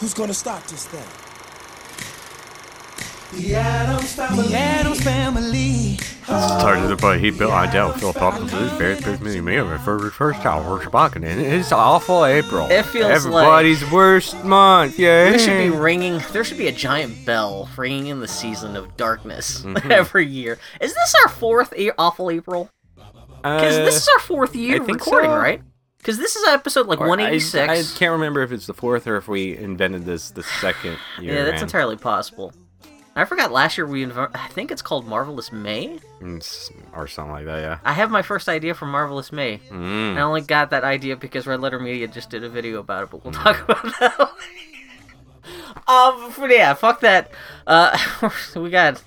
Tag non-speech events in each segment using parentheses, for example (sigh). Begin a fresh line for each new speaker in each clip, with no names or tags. Who's gonna stop this thing?
The Adams Family.
The Adams Family.
Started by he built I doubt Phil Thomas is very big mini me for the first time for Shabaka and it's awful April.
It feels like-
everybody's worst month. Yeah.
We should be
Mm.
ringing. There should be a giant bell ringing in the season of darkness (laughs)
Mm-hmm.
every year. Is this our fourth e- awful April? Because this is our fourth year
think
recording,
so.
right? Because this is episode like
Uh, Or- I-
186.
I, can't remember if it's the fourth or if we invented this the second year.
yeah, that's
man.
entirely possible. I forgot last year we inv- I think it's called Marvelous May.
It's- or something like that. Yeah.
I have my first idea from Marvelous May.
Mm.
I only got that idea because Red Letter Media just did a video about it, but we'll talk about (laughs) that. later. um, but yeah, fuck that. Uh, (laughs) we got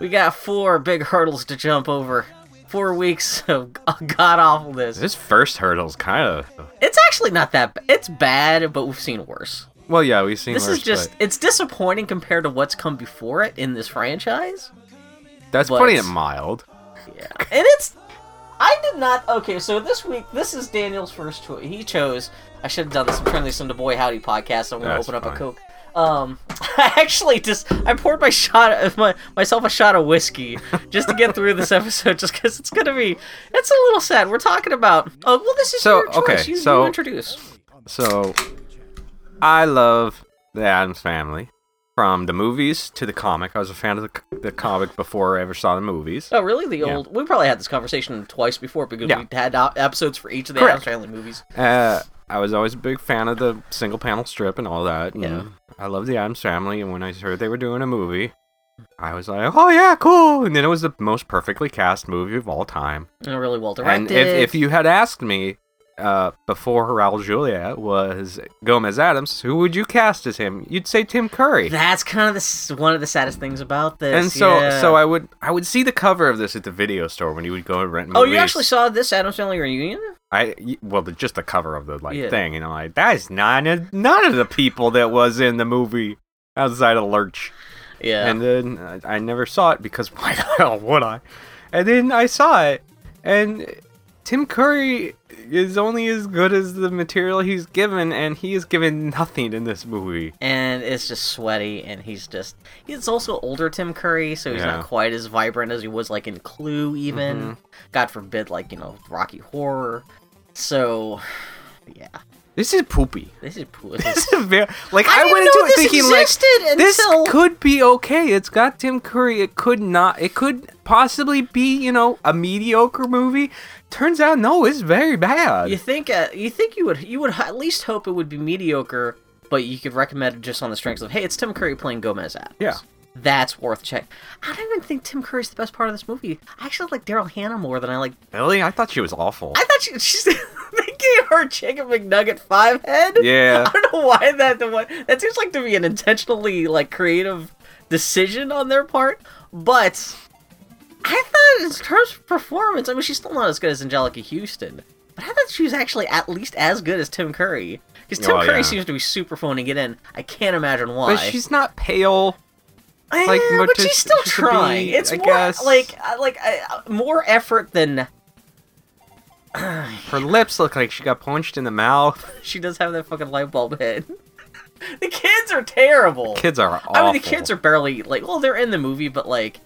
we got four big hurdles to jump over. Four weeks of god awfulness.
This first hurdle's kind of
It's actually not that. Ba- it's bad, but we've seen worse.
well. Yeah, we've seen
This
worse,
is just it's disappointing compared to what's come before it in this franchise.
but that's
but-
putting it mild.
Yeah. And it's I did not okay, so this week this is Daniel's first choice. He chose I should have done this. I'm turning this into Boy Howdy podcast. I'm gonna
That's
open up a
fine.
Coke. Um (laughs) I actually just I poured my shot of my myself a shot of whiskey just to get through this episode just because it's gonna be it's a little sad. We're talking about oh well this is
So,
your choice.
okay,
you,
so-
you introduce.
So, I love the Adams Family, from the movies to the comic. I was a fan of the, the comic before I ever saw the movies.
Oh really the
Yeah.
old we probably had this conversation twice before because
Yeah.
we had uh, episodes for each of the
Correct.
Adams Family movies.
Uh, I was always a big fan of the single panel strip and all that. and
Yeah.
I love the Adams Family, and when I heard they were doing a movie, I was like, "Oh yeah, cool!" And then it was the most perfectly cast movie of all time.
And really well
And
directed.
if, if you had asked me uh, before Raul Julia was Gomez Adams, who would you cast as him? You'd say Tim Curry.
That's kind of the s- one of the saddest things about this.
and so,
yeah.
so I would, I would see the cover of this at the video store when you would go and rent movies.
Oh, you actually saw this Adams Family reunion?
I y- well, the, just the cover of the like
Yeah.
thing, and I'm like, that is none of none of the people that was in the movie outside of Lurch.
Yeah.
And then I, I never saw it because (laughs) why the hell would I? And then I saw it, and Tim Curry is only as good as the material he's given, and he is given nothing in this movie.
and it's just sweaty, and he's just he's also older Tim Curry, so he's
Yeah. Mm-hmm.
not quite as vibrant as he was like in Clue, even God forbid, like you know Rocky Horror. So, (sighs) yeah,
This is
(laughs)
poopy.
this is poor.
This is very, like I,
didn't
went
know
into it
this
thinking like
existed
this
until-
could be okay. It's got Tim Curry. It could not. It could possibly be you know a mediocre movie. Turns out no, it's very bad.
you think uh, you think you would you would h- at least hope it would be mediocre, but you could recommend it just on the strengths of hey, it's Tim Curry playing Gomez Adams.
Yeah.
That's worth check. I don't even think Tim Curry's the best part of this movie. I actually like Daryl Hannah more than I like
Really, I thought she was awful.
I thought she, she's (laughs) they gave her chicken McNugget five head.
Yeah.
(laughs) I don't know why that the one that seems like to be an intentionally like creative decision on their part, but I thought in terms of performance, I mean she's still not as good as Angelica Houston, but I thought she was actually at least as good as Tim Curry because Tim
Well,
Curry
yeah.
seems to be super phoning it in. I can't imagine why.
but she's not pale.
Eh,
like,
but
what
she's
is-
still
she's a
trying.
bee,
it's
I
more
guess.
like uh, like uh, more effort than
Her lips look like she got punched in the mouth. (laughs)
She does have that fucking light bulb head. (laughs) the kids are terrible.
Kids are awful.
I mean, the kids are barely like. Well, they're in the movie, but like,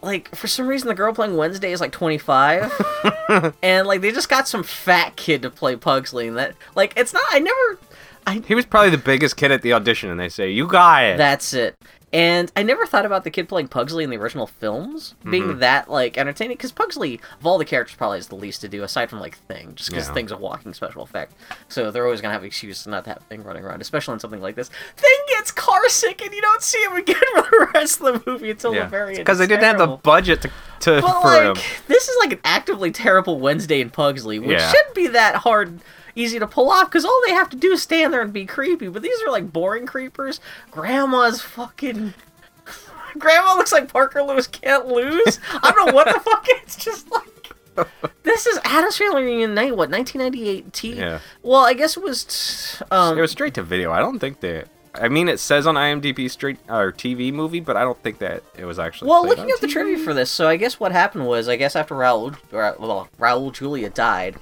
like for some reason, the girl playing Wednesday is like 25,
(laughs)
and like they just got some fat kid to play Pugsley, and that like it's not. I never. I
He was probably the biggest kid at the audition, and they say you got it.
that's it. And I never thought about the kid playing Pugsley in the original films being that like entertaining because Pugsley, of all the characters, probably has the least to do aside from like Thing, just because
Yeah.
Thing's a walking special effect. So they're always gonna have excuses not to have Thing running around, especially on something like this. Thing gets car sick and you don't see him again (laughs) for the rest of the movie until the very end.
because they
It's
didn't have the
terrible.
budget to, to
But
for um,
like,
him.
this is like an actively terrible Wednesday in Pugsley, which
Yeah.
shouldn't be that hard, easy to pull off, because all they have to do is stand there and be creepy. But these are like boring creepers. Grandma's fucking. Grandma looks like Parker Lewis can't lose. I don't know what the fuck. (laughs) It's just like. This is Adam's Family Reunion night. What 1998? T.
Yeah.
Well, I guess it was. Um,
It was straight to video. I don't think that. I mean, it says on IMDb straight or TV movie, but I don't think that it was actually.
Well,
played
looking
on
at the
TV.
trivia for this, so I guess what happened was, I guess after Raul, Ra- well, Raul Julia died,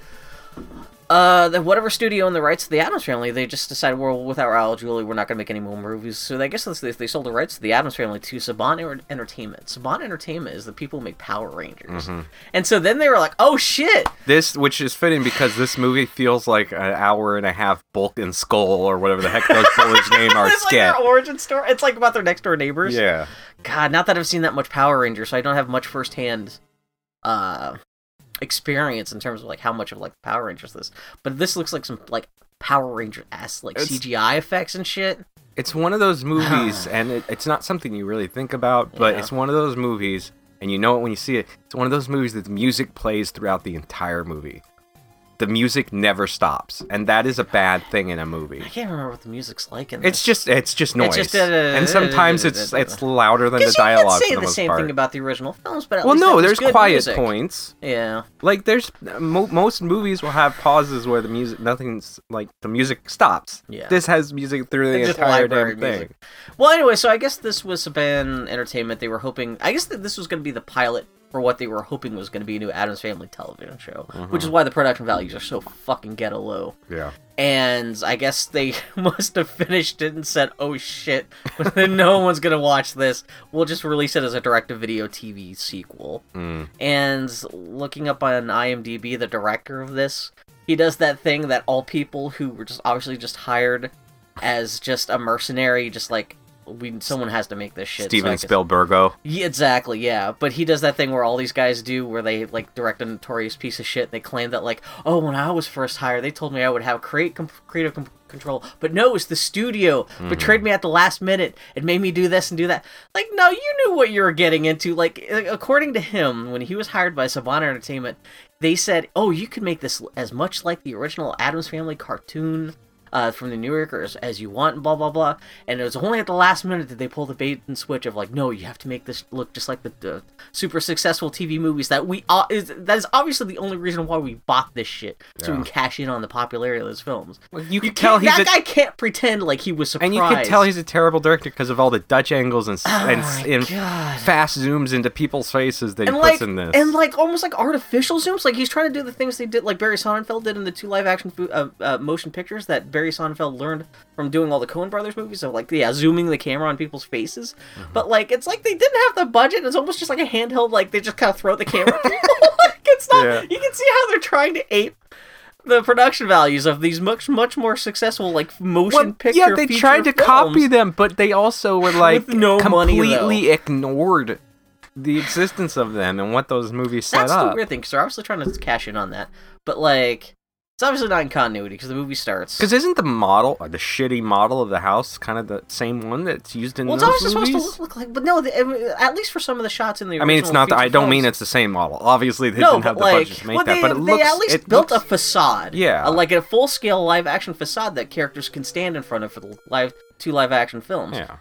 uh, the, whatever studio owned the rights to the Adams Family, they just decided, well, with our Al Julie, we're not going to make any more movies. So I guess they, they sold the rights to the Adams Family to Saban Enter- Entertainment. Saban Entertainment is the people who make Power Rangers.
Mm-hmm.
And so then they were like, oh shit,
This, which is fitting because this movie feels like an hour and a half Bulk and Skull or whatever the heck those boys'
(laughs)
name are
it's like their
skit.
origin story. It's like about their next door neighbors.
Yeah.
God, not that I've seen that much Power Ranger, so I don't have much firsthand uh experience in terms of like how much of like Power Rangers this. But this looks like some like Power Ranger ass like
It's-
CGI effects and shit.
It's one of those
(sighs)
movies, and it, it's not something you really think about, but
Yeah.
it's one of those movies, and you know it when you see it. It's one of those movies that the music plays throughout the entire movie. The music never stops, and that is a bad thing in a movie.
I can't remember what the music's like in
It's
this.
just it's just noise,
It's just, uh,
and sometimes it's it's louder than the
'Cause you
dialogue.
could say
for the,
the
most
same
part.
thing about the original films, but at
well,
least
no,
that was
there's
good
quiet
music.
points.
Yeah,
Like there's mo- most movies will have pauses where the music nothing's like the music stops.
Yeah.
This has music through the
It's just
entire
library
damn
music.
thing.
Well, anyway, so I guess this was Saban Entertainment. They were hoping. I guess that this was going to be the pilot for what they were hoping was going to be a new Adams Family television show,
Mm-hmm.
which is why the production values are so fucking ghetto low.
Yeah.
And I guess they (laughs) must have finished it and said, "Oh shit, (laughs) no one's gonna watch this. We'll just release it as a direct-to-video TV sequel." And looking up on IMDb, the director of this, he does that thing that all people who were just obviously just hired as just a mercenary, just like we someone has to make this shit. so I
Steven
guess-
Spielbergo.
yeah, exactly, yeah. But he does that thing where all these guys do where they like direct a notorious piece of shit and they claim that like, "Oh, when I was first hired, they told me I would have create com- creative com- control, but no, it's the studio betrayed me at the last minute and made me do this and do that." Like, no, you knew what you were getting into. Like uh, according to him, when he was hired by Savannah Entertainment, they said, "Oh, you could make this l- as much like the original Adams Family cartoon." uh, from the New Yorkers as you want, and blah blah blah. And it was only at the last minute that they pulled the bait and switch of like, no, you have to make this look just like the, the super successful TV movies that we uh, is that is obviously the only reason why we bought this shit so we can cash in on the popularity of those films.
Well, you
can
could tell he's
that
a-
guy can't pretend like he was surprised.
And you can tell he's a terrible director because of all the Dutch angles and s and, s-
Oh my
and
God.
fast zooms into people's faces that
and
he
like
puts in this.
and like almost like artificial zooms. Like he's trying to do the things they did, like Barry Sonnenfeld did in the two live action fo- uh, uh, motion pictures that Barry Sonnenfeld learned from doing all the Coen Brothers movies. Of like yeah, zooming the camera on people's faces.
Mm-hmm.
But like it's like they didn't have the budget. It's almost just like a handheld. Like they just kind of throw the camera. at people. (laughs) like it's not.
Yeah.
You can see how they're trying to ape. The production values of these much much more successful like motion
Well,
picture.
yeah, they
feature
tried to copy
films.
them, but they also were like
With no money,
completely
though.
ignored the existence of them and what those movies set
That's
up.
the weird thing, because they're obviously trying to cash in on that. But, like, it's obviously not in continuity, because the movie starts.
Because isn't the model, or the shitty model of the house, kind of the same one that's used in
well, it's
those
obviously
movies?
supposed to look like. But no, the, I mean, at least for some of the shots in the
I mean, it's
original
not. The, I
feature
don't mean
films.
it's the same model. Obviously, they
No,
didn't have
but
the
like,
budget to make
well,
that.
they,
but it
they
looks.
at least
it
built
looks-
a facade,
Yeah.
a, like a full-scale live-action facade that characters can stand in front of for the live two live-action films.
Yeah.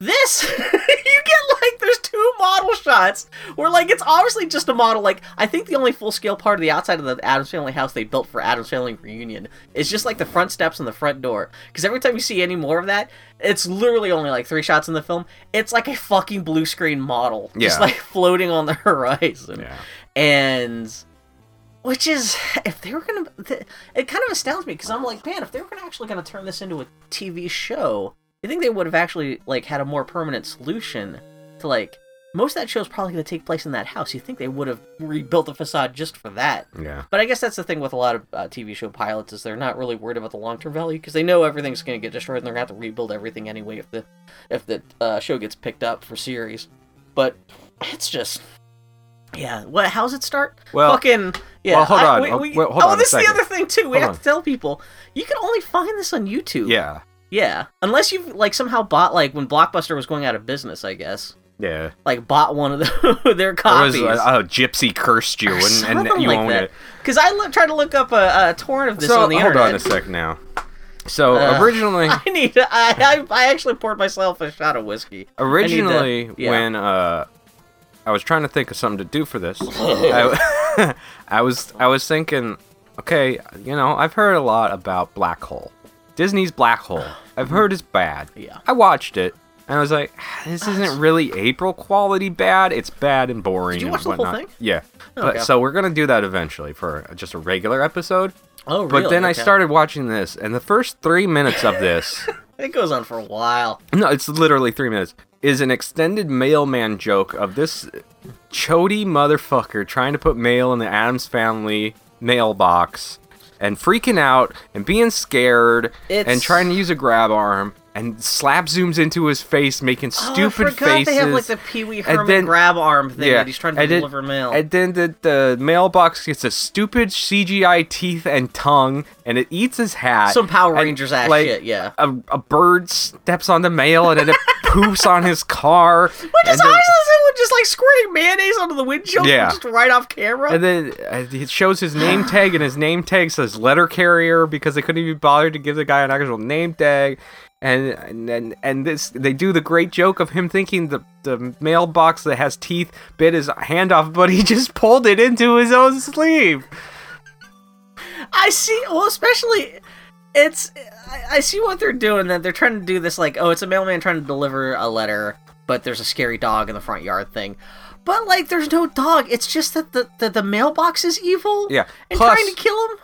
This, (laughs) you get like there's two model shots where like it's obviously just a model. Like I think the only full scale part of the outside of the Adams Family house they built for Adams Family reunion is just like the front steps and the front door. Because every time you see any more of that, it's literally only like three shots in the film. It's like a fucking blue screen model, just
Yeah.
like (laughs) floating on the horizon
Yeah.
and which is if they were gonna th- it kind of astounds me because i'm like man if they were gonna actually gonna turn this into a tv show you think they would have actually like had a more permanent solution to like most of that show is probably gonna take place in that house you think they would have rebuilt the facade just for that
Yeah.
but i guess that's the thing with a lot of uh, tv show pilots is they're not really worried about the long-term value because they know everything's gonna get destroyed and they're gonna have to rebuild everything anyway if the if the uh, show gets picked up for series but it's just yeah. What? How's it start?
Well-
fucking yeah.
well, hold
I-
on.
we-
Oh,
we-
well, hold
oh,
on a
this is the
second.
other thing too. We
Hold
have
on.
to tell people you can only find this on YouTube.
Yeah.
Yeah. Unless you've like somehow bought like when Blockbuster was going out of business, I guess.
Yeah.
Like bought one of the, (laughs) their
There was
copies.
a, a gypsy cursed you
or
and, and
something
you
like
owned
that.
it.
Because I lo- tried to look up a, a torrent of this
so
on the
hold
internet. (laughs)
on a sec now. So
Uh,
originally,
I need. I, I I actually poured myself a shot of whiskey. I need to-
originally
yeah.
when uh, I was trying to think of something to do for this, I, (laughs) I was I was thinking, okay, you know, I've heard a lot about Black Hole, Disney's Black Hole. I've heard it's bad.
Yeah.
I watched it. And I was like, this isn't really April quality bad. It's bad and boring.
Did you
and
watch the whole
whatnot.
thing?
Yeah. But
Okay.
so we're gonna do that eventually for just a regular episode.
Oh, really?
But then I
Okay.
started watching this, and the first three minutes of
(laughs)
this,
It goes on for a while. Oh,
no, it's literally three minutes, is an extended mailman joke of this chody motherfucker trying to put mail in the Adams family mailbox and freaking out and being scared
It's-
and trying to use a grab arm. And slap zooms into his face, making stupid
oh, I forgot
faces.
they have like the Pee Wee Herman
then-
grab arm thing that he's trying to
and then-
deliver mail.
And then the, the mailbox gets a stupid CGI teeth and tongue, and it eats his hat.
Some Power
and,
Rangers ass
like,
shit, yeah.
A, a bird steps on the mail, and then
(laughs)
it poops on his car.
Which is
and then-
obviously someone just like squirting mayonnaise onto the windshield
Yeah.
just right off camera.
And then uh, it shows his name tag, and his name tag says letter carrier because they couldn't even bother to give the guy an actual name tag. And and and, and this they do the great joke of him thinking the the mailbox that has teeth bit his hand off, but he (laughs) just pulled it into his own sleeve.
I see. Well, especially it's. I, I see what they're doing. That they're trying to do this like, oh, it's a mailman trying to deliver a letter, but there's a scary dog in the front yard thing. But like, there's no dog. It's just that the the, the mailbox is evil.
Yeah.
and
Plus-
trying to kill him.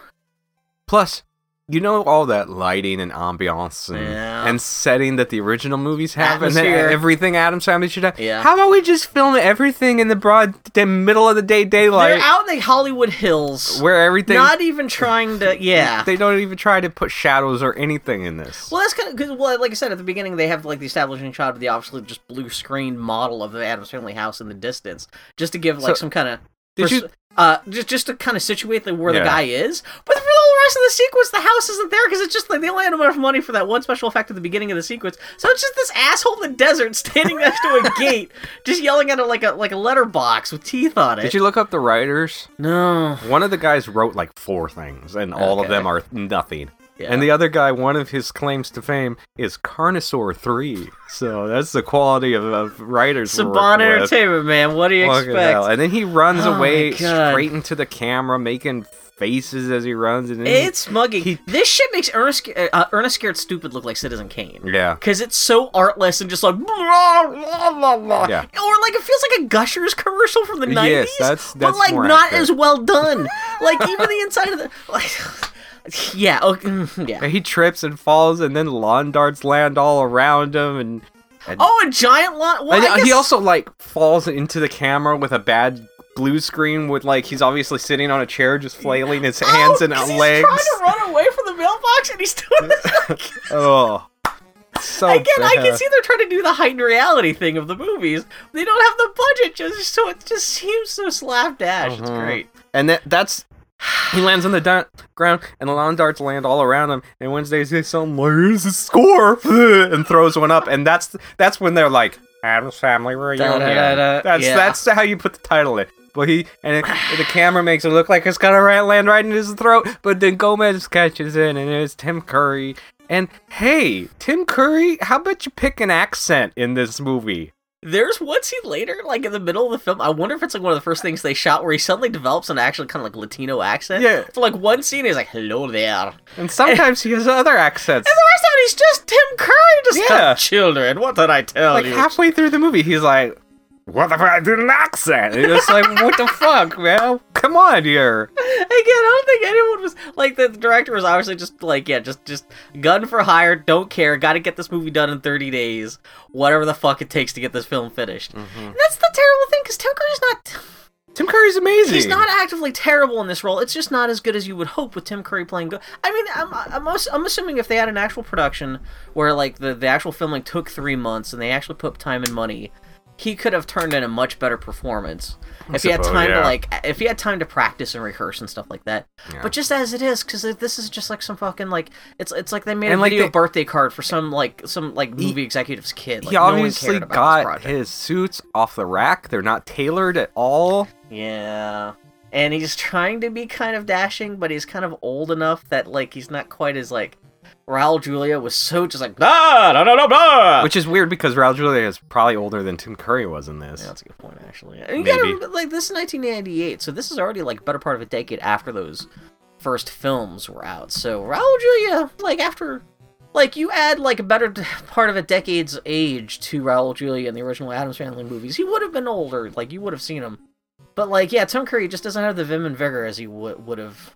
Plus, you know all that lighting and ambiance and,
Yeah.
and setting that the original movies have, and
Atmosphere.
then everything Adam's family should have.
Yeah.
How about we just film everything in the broad, the middle of the day daylight,
they're out in the Hollywood Hills.
where everything
not even trying to. Yeah.
They don't even try to put shadows or anything in this.
Well, that's kind of because, well, like I said at the beginning, they have like the establishing shot of the obviously just blue screen model of the Adams family house in the distance, just to give like
So,
some kind of.
did you-
Uh, just just to kind of situate the, where
Yeah.
the guy is, but for the whole rest of the sequence, the house isn't there because it's just like they only had enough money for that one special effect at the beginning of the sequence. So it's just this asshole in the desert standing next
(laughs)
to a gate, just yelling at a, like a like a letterbox with teeth on it.
Did you look up the writers?
No.
One of the guys wrote like four things, and all of
Okay.
them are nothing.
Yeah.
And the other guy, one of his claims to fame is Carnosaur 3. So that's the quality of, of writers. we're
Saban
working with.
Entertainment, man. What do you
Fucking hell.
expect?
And then he runs
Oh my
away
God.
straight into the camera, making faces as he runs. And then he-
It's mugging.
he-
this shit makes Ernest, Sca- uh, Ernest Scared Stupid look like Citizen Kane.
yeah.
Because it's so artless and just like. Blah, blah, blah, blah.
Yeah.
Or like it feels like a Gushers commercial from the 90s.
that's-
But
that's
like
more
not
accurate.
as well done. like
(laughs)
even the inside of the. Like, yeah. Okay, mm, yeah.
And he trips and falls, and then lawn darts land all around him, and
Oh, a giant lot. Well,
And
I
he
guess-
also like falls into the camera with a bad blue screen with like he's obviously sitting on a chair just flailing his
Oh,
hands and
'cause he's
legs.
trying to run away from the mailbox and he's
(laughs)
doing this.
oh. So
Again, I
bad.
can see they're trying to do the heightened reality thing of the movies. They don't have the budget, just so it just seems so slapdash. It's
Mhm.
great.
And that that's he lands on the da- ground and the lawn darts land all around him and Wednesday says something like here's the score (laughs) and throws one up and that's that's when they're like Adam's family reunion.
Da-da-da-da.
That's
Yeah.
that's how you put the title in. But he and it, the camera makes it look like it's gonna ra- land right in his throat, but then Gomez catches in and it's Tim Curry. And hey, Tim Curry, how about you pick an accent in this movie?
There's one scene later, like in the middle of the film. I wonder if it's like one of the first things they shot where he suddenly develops an actual kind of like Latino accent.
Yeah.
For like one scene, he's like, hello there. And the
And sometimes he has other
(laughs)
accents.
rest of it, he's just Tim Curry, just
Yeah.
children. What did I tell
like
you?
halfway through the movie, he's like, "What the fuck? I did an accent." And it's like, (laughs) "What the fuck, man? Come on here."
Again, I don't think anyone was like the director was obviously just like yeah, just just gun for hire, don't care, got to get this movie done in 30 days, whatever the fuck it takes to get this film finished. And that's the terrible thing because Tim Curry's not
Tim Curry's amazing.
he's not actively terrible in this role. It's just not as good as you would hope with Tim Curry playing. Go- I mean, I'm I'm, als- I'm assuming if they had an actual production where like the the actual filming took three months and they actually put time and money. He could have turned in a much better performance if he had
suppose,
time to
yeah.
like if he had time to practice and rehearse and stuff like that. But just as it is, because this is just like some fucking like it's it's like they made
And,
a
like,
video
they-
birthday card for some like some like movie executive's kid. Like,
he
no one
obviously
cared about this
got
project.
his suits off the rack. They're not tailored at all.
Yeah. And he's trying to be kind of dashing, but he's kind of old enough that like he's not quite as like Raul Julia was so just like blah blah blah blah, blah.
Which is weird because Raul Julia is probably older than Tim Curry was in this.
Yeah, that's a good point actually. And you
Maybe.
gotta remember, like this is 1998, so this is already like better part of a decade after those first films were out. So Raul Julia, like after, like you add like a better d- part of a decade's age to Raul Julia in the original Adams Family movies, he would have been older. Like you would have seen him. But like, yeah, Tim Curry just doesn't have the vim and vigor as he would would have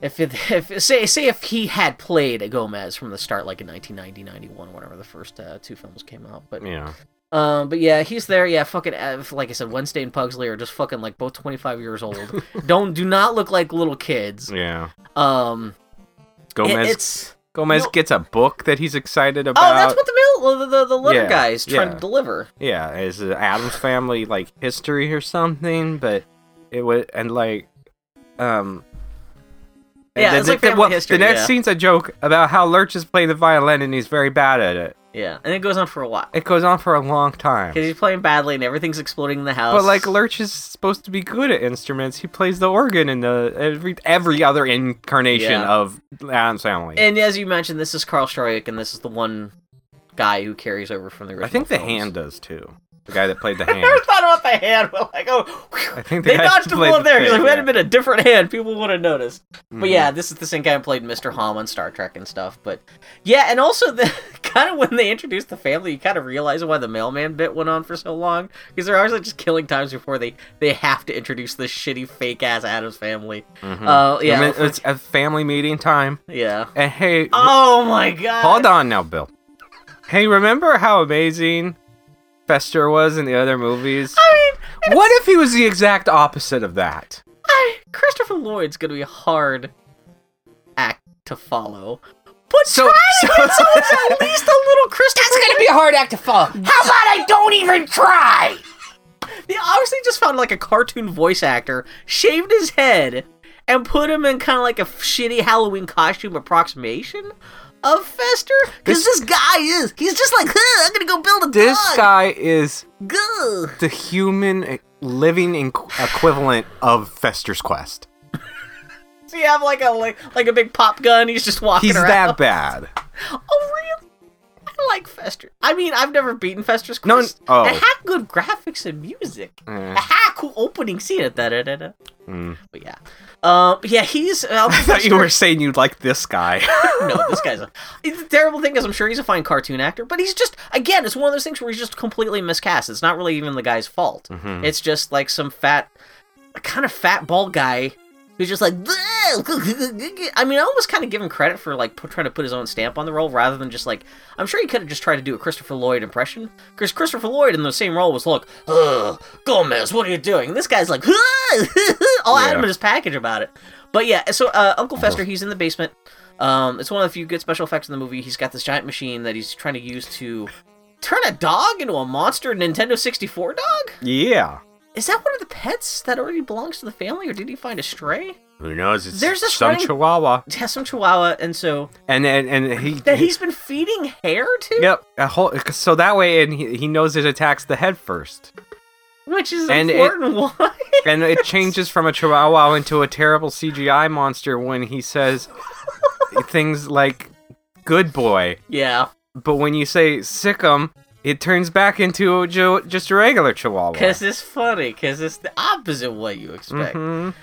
If it, (laughs) if say say if he had played Gomez from the start, like in 1990, 91, whatever the first uh, two films came out, but
Yeah.
um, but yeah, he's there. Yeah, fucking uh, like I said, Wednesday and Pugsley are just fucking like both 25
(laughs)
years old. Don't do not look like little kids.
Yeah.
Um, it-
Gomez
it's
Gomez
no-
gets a book that he's excited about.
oh, that's what the mail the the, the letter
Yeah,
guy is trying
yeah.
to deliver.
Yeah, it's an Adams family like history or something, but it was and like um and
Yeah,
the,
it's like
the-
family
well,
history,
the next
yeah.
scene's a joke about how Lurch is playing the violin and he's very bad at it.
Yeah, and it goes on for a while
It goes on for a long time.
because he's playing badly and everything's exploding in the house.
But like Lurch is supposed to be good at instruments. He plays the organ in the every every other incarnation
Yeah.
of Adams Family.
and as you mentioned, this is Carl Stroik, and this is the one guy who carries over from the original.
I think the
films.
hand does too. The guy that played
(laughs)
the
I
hand.
never thought about the hand, but like, oh, whew,
I think the
they
guy
dodged a
played
bullet
the
there. Because if
thing,
it had
yeah.
been a different hand, people would have noticed. But
Mhm.
yeah, this is the same guy who played Mr. Hom on Star Trek and stuff. But yeah, and also the (laughs) kind of when they introduced the family, you kind of realize why the mailman bit went on for so long because they're always like just killing times before they they have to introduce this shitty fake ass Adams family. Uh, yeah,
Mm-hmm. I mean, it's a family meeting time.
(laughs) yeah.
And hey,
Oh my god!
Hold on now, Bill. Hey, remember how amazing Fester was in the other movies?
I mean,
What if he was the exact opposite of that?
I, Christopher Lloyd's gonna be a hard act to follow. But
So-
try to
so-
get someone who's (laughs) at least a little Christopher. That's gonna be a hard act to follow. How about I don't even try? They obviously just found like a cartoon voice actor, shaved his head, and put him in kind of like a shitty Halloween costume approximation of Fester. Because this, guy is—he's just like, "Huh, I'm gonna go build a
This
dog.
guy is
Gah."
the human e, living in- equivalent of Fester's quest.
So you have like a like, like a big pop gun. He's just walking
He's
around.
that bad.
Oh really? I like Fester. I mean, I've never beaten Fester's
No,
Quest.
n- oh.
It had good graphics and music.
Eh.
It had cool opening scene. Da, da, da, da.
Mm.
But yeah, um, yeah, he's. Um,
(laughs) I thought you were saying you like this guy. (laughs)
(laughs) no, this guy's a. It's a terrible thing is I'm sure he's a fine cartoon actor, but he's just again, it's one of those things where he's just completely miscast. It's not really even the guy's fault. It's just like some fat, kind of fat bald guy who's just like. "Bleh." I mean, I almost kind of give him credit for like put, trying to put his own stamp on the role rather than just like. I'm sure he could have just tried to do a Christopher Lloyd impression because Christopher Lloyd in the same role was like, "Ugh, Gomez, what are you doing?" This guy's like, (laughs) all
Yeah.
adamant his package about it. But yeah, so uh, Uncle Fester, he's in the basement. Um, it's one of the few good special effects in the movie. He's got this giant machine that he's trying to use to turn a dog into a monster Nintendo 64 dog?
yeah.
Is that one of the pets that already belongs to the family, or did he find a stray?
Who knows? It's
There's this
some
running-
chihuahua.
It has some chihuahua, and so
And and, and he
that he's been feeding hair to?
Yep. A whole, so that way and he, he knows it attacks the head first.
Which is
And it-
important. (laughs) Why?
and it changes from a chihuahua into a terrible CGI monster when he says things like "good boy,"
yeah,
but when you say "sickum," it turns back into a jo- just a regular chihuahua.
because it's funny, because it's the opposite of what you expect.
Mhm.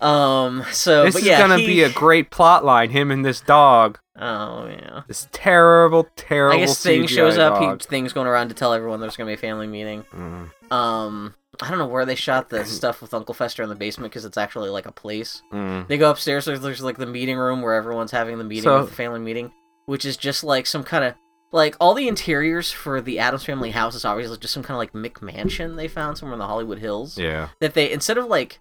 Um, so,
This
but
is
yeah,
gonna
he-
be a great plot line. Him and this dog,
Oh, yeah.
this terrible, terrible.
I guess Thing
CGI
shows up. He,
dog.
Thing's going around to tell everyone there's going to be a family meeting.
Mm.
Um, I don't know where they shot
(clears throat)
the stuff with Uncle Fester in the basement because it's actually like a place.
Mm.
They go upstairs. There's, there's like the meeting room where everyone's having the meeting,
So-
with the family meeting, which is just like some kind of like all the interiors for the Adams family house is obviously just some kind of like McMansion they found somewhere in the Hollywood Hills
Yeah.
that they instead of like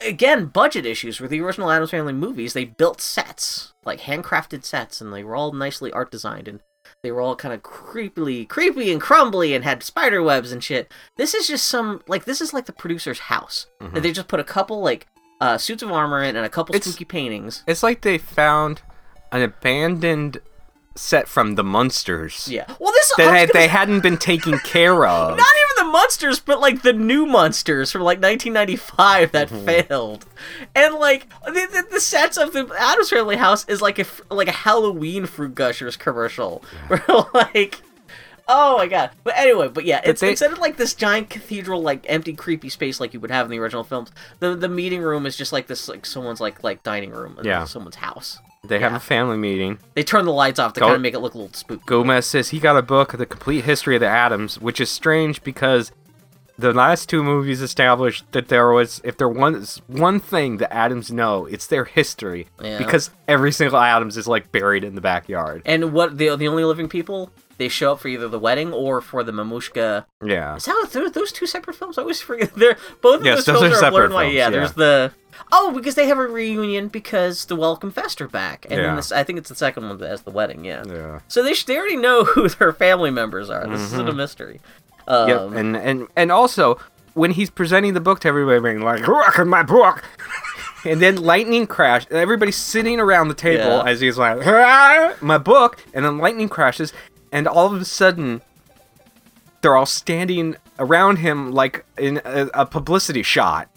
again budget issues with the original Adams Family movies, they built sets like handcrafted sets, and they were all nicely art designed and they were all kind of creepily creepy and crumbly and had spider webs and shit. This is just some like this is like the producer's house that they just put a couple like uh, suits of armor in and a couple
Mm-hmm. It's-
spooky paintings.
It's like they found an abandoned set from the Munsters
Yeah. Well, this I
that
was
had-
gonna
they hadn't been taken care of.
(laughs) Not even the monsters, but like the new monsters from like 1995 that
Mm-hmm.
failed, and like the, the, the sets of the Adams Family house is like a fr- like a Halloween fruit gushers commercial, where (laughs) like. Oh my god! But anyway, but yeah, it's
they-
instead of like this giant cathedral, like empty, creepy space like you would have in the original films, the the meeting room is just like this, like someone's like like dining room, in
Yeah.
someone's house.
They have
Yeah.
a family meeting.
They turn the lights off to
Go-
kind of make it look a little spooky.
Gomez says he got a book, The Complete History of the Atoms, which is strange because the last two movies established that there was if there was one thing that Adams know, it's their history
Yeah.
because every single Adams is like buried in the backyard.
And what the the only living people they show up for either the wedding or for the Mamushka.
Yeah.
Is that those, those two separate films? I always forget. (laughs) They're both of
Yes,
those,
those
films
are
are, blurred and
separate
white.
films,
yeah,
yeah.
there's the oh because they have a reunion because the Welcome Fest are back, and
Yeah.
then this, I think it's the second one that has the wedding. Yeah.
Yeah.
So they sh- they already know (laughs) who their family members are. This isn't a mystery. Um,
Mm-hmm. Yep. and and and also when he's presenting the book to everybody, being like, "Look at my book," (laughs) and then lightning crash, and everybody's sitting around the table
Yeah.
as he's like, "Ah, "My book," and then lightning crashes, and all of a sudden, they're all standing around him like in a, a publicity shot.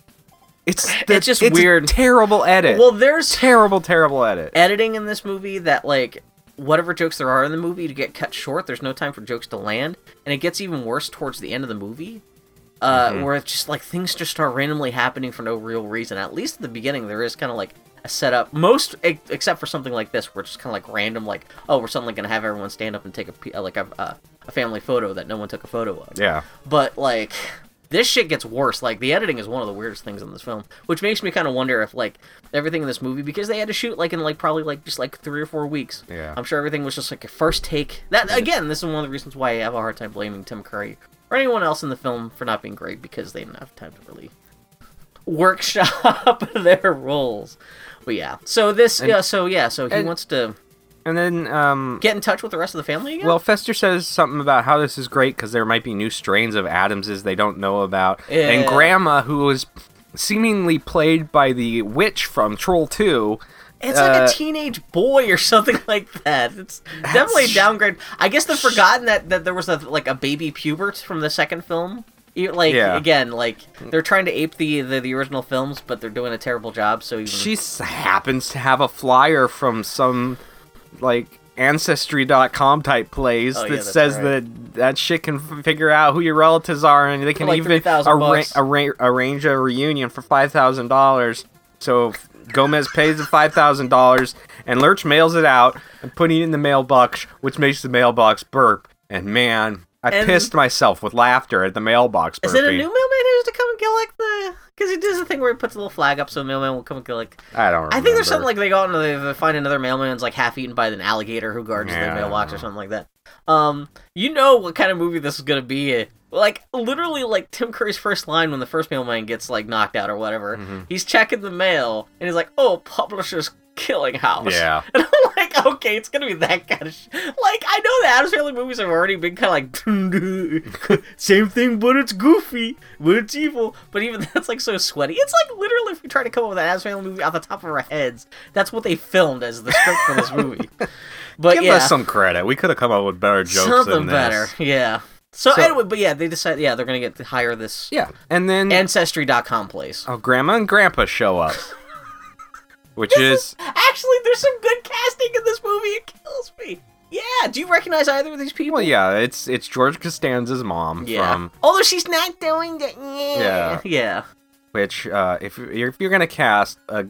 It's the-
It's just
a
weird.
terrible edit.
well, there's
terrible, terrible edit.
editing in this movie that like whatever jokes there are in the movie to get cut short there's no time for jokes to land and it gets even worse towards the end of the movie uh, where it's just like things just start randomly happening for no real reason at least at the beginning there is kind of like a setup most e- except for something like this where it's just kind of like random like oh we're suddenly gonna have everyone stand up and take a pe- uh, like a, uh, a family photo that no one took a photo of
Yeah.
but like this shit gets worse like the editing is one of the weirdest things in this film which makes me kind of wonder if like everything in this movie because they had to shoot like in like probably like just like three or four weeks
Yeah.
i'm sure everything was just like a first take that again this is one of the reasons why i have a hard time blaming tim curry or anyone else in the film for not being great because they didn't have time to really workshop (laughs) their roles but yeah so this yeah so yeah so he
and-
wants to
And then um,
get in touch with the rest of the family again
Well, Fester says something about how this is great because there might be new strains of Adamses they don't know about. And
Yeah.
Grandma, who was seemingly played by the witch from Troll 2,
It's like
Uh,
a teenage boy or (laughs) something like that. It's definitely a downgrade. I guess they've forgotten that, that there was a like a baby pubert from the second film. You- Like
Yeah.
again, like they're trying to ape the, the the original films, but they're doing a terrible job. So even
she s- happens to have a flyer from some, like, Ancestry.com type place
Oh,
that
yeah, that's
says
right.
that that shit can f- figure out who your relatives are and they can
like
even
$3,000 bucks.
arra- arrange a reunion for $5,000. So Gomez pays the $5,000 and Lurch mails it out and putting it in the mailbox, which makes the mailbox burp. And man, I
And-
pissed myself with laughter at the mailbox burping.
is it a new mailman who used to come and collect the? Because he does the thing where he puts a little flag up so the mailman will come and collect.
I don't remember.
I think there's something like they go out and they, they find another mailman's like half eaten by an alligator who guards
Yeah,
their
I
mailbox
don't
or something like that. Um, you know what kind of movie this is gonna be? Like literally, like Tim Curry's first line when the first mailman gets like knocked out or whatever.
Mm-hmm.
He's checking the mail and he's like, "Oh, publisher's killing house."
Yeah.
(laughs) And I'm like, okay, it's gonna be that kind of sh-. like I know the Adams Family movies have already been kind of like (laughs) same thing, but it's goofy, but it's evil. But even (laughs) that's like so sweaty. It's like literally if we try to come up with an Adams Family movie off the top of our heads, that's what they filmed as the script for
(laughs)
this movie. But
Give
yeah,
us some credit. We could have come up with better jokes
something
than this.
better, yeah. So,
So-
anyway, but yeah, they decide yeah they're gonna get to hire this
Yeah. And then
ancestry.com place.
Oh, grandma and grandpa show
(laughs)
up. Which is
Actually, there's some good casting in this movie. It kills me. Yeah, do you recognize either of these people?
well, yeah, it's it's George Costanza's mom
Yeah.
from
Although she's not doing that.
Yeah.
Yeah. Yeah.
which uh, if you're if you're gonna cast a,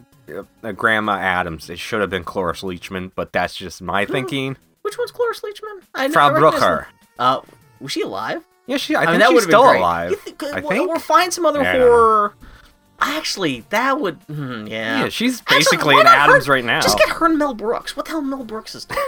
a Grandma Adams, it should have been Cloris Leachman, but that's just
Hmm.
my thinking.
Which one's Cloris Leachman? I know-
Frau
I recognize
Brucker.
the- Uh, was she alive?
Yeah, she. I,
mean,
think
that
she's
would've been
still
great.
alive.
You think- uh,
I
well,
think.
Or find some other
Yeah, I don't know.
horror. Actually, that would. hmm, yeah.
yeah, she's
Actually,
basically
why
an
not her-
Adams right now.
Just get her and Mel Brooks. What the hell Mel
(laughs)
Brooks is doing?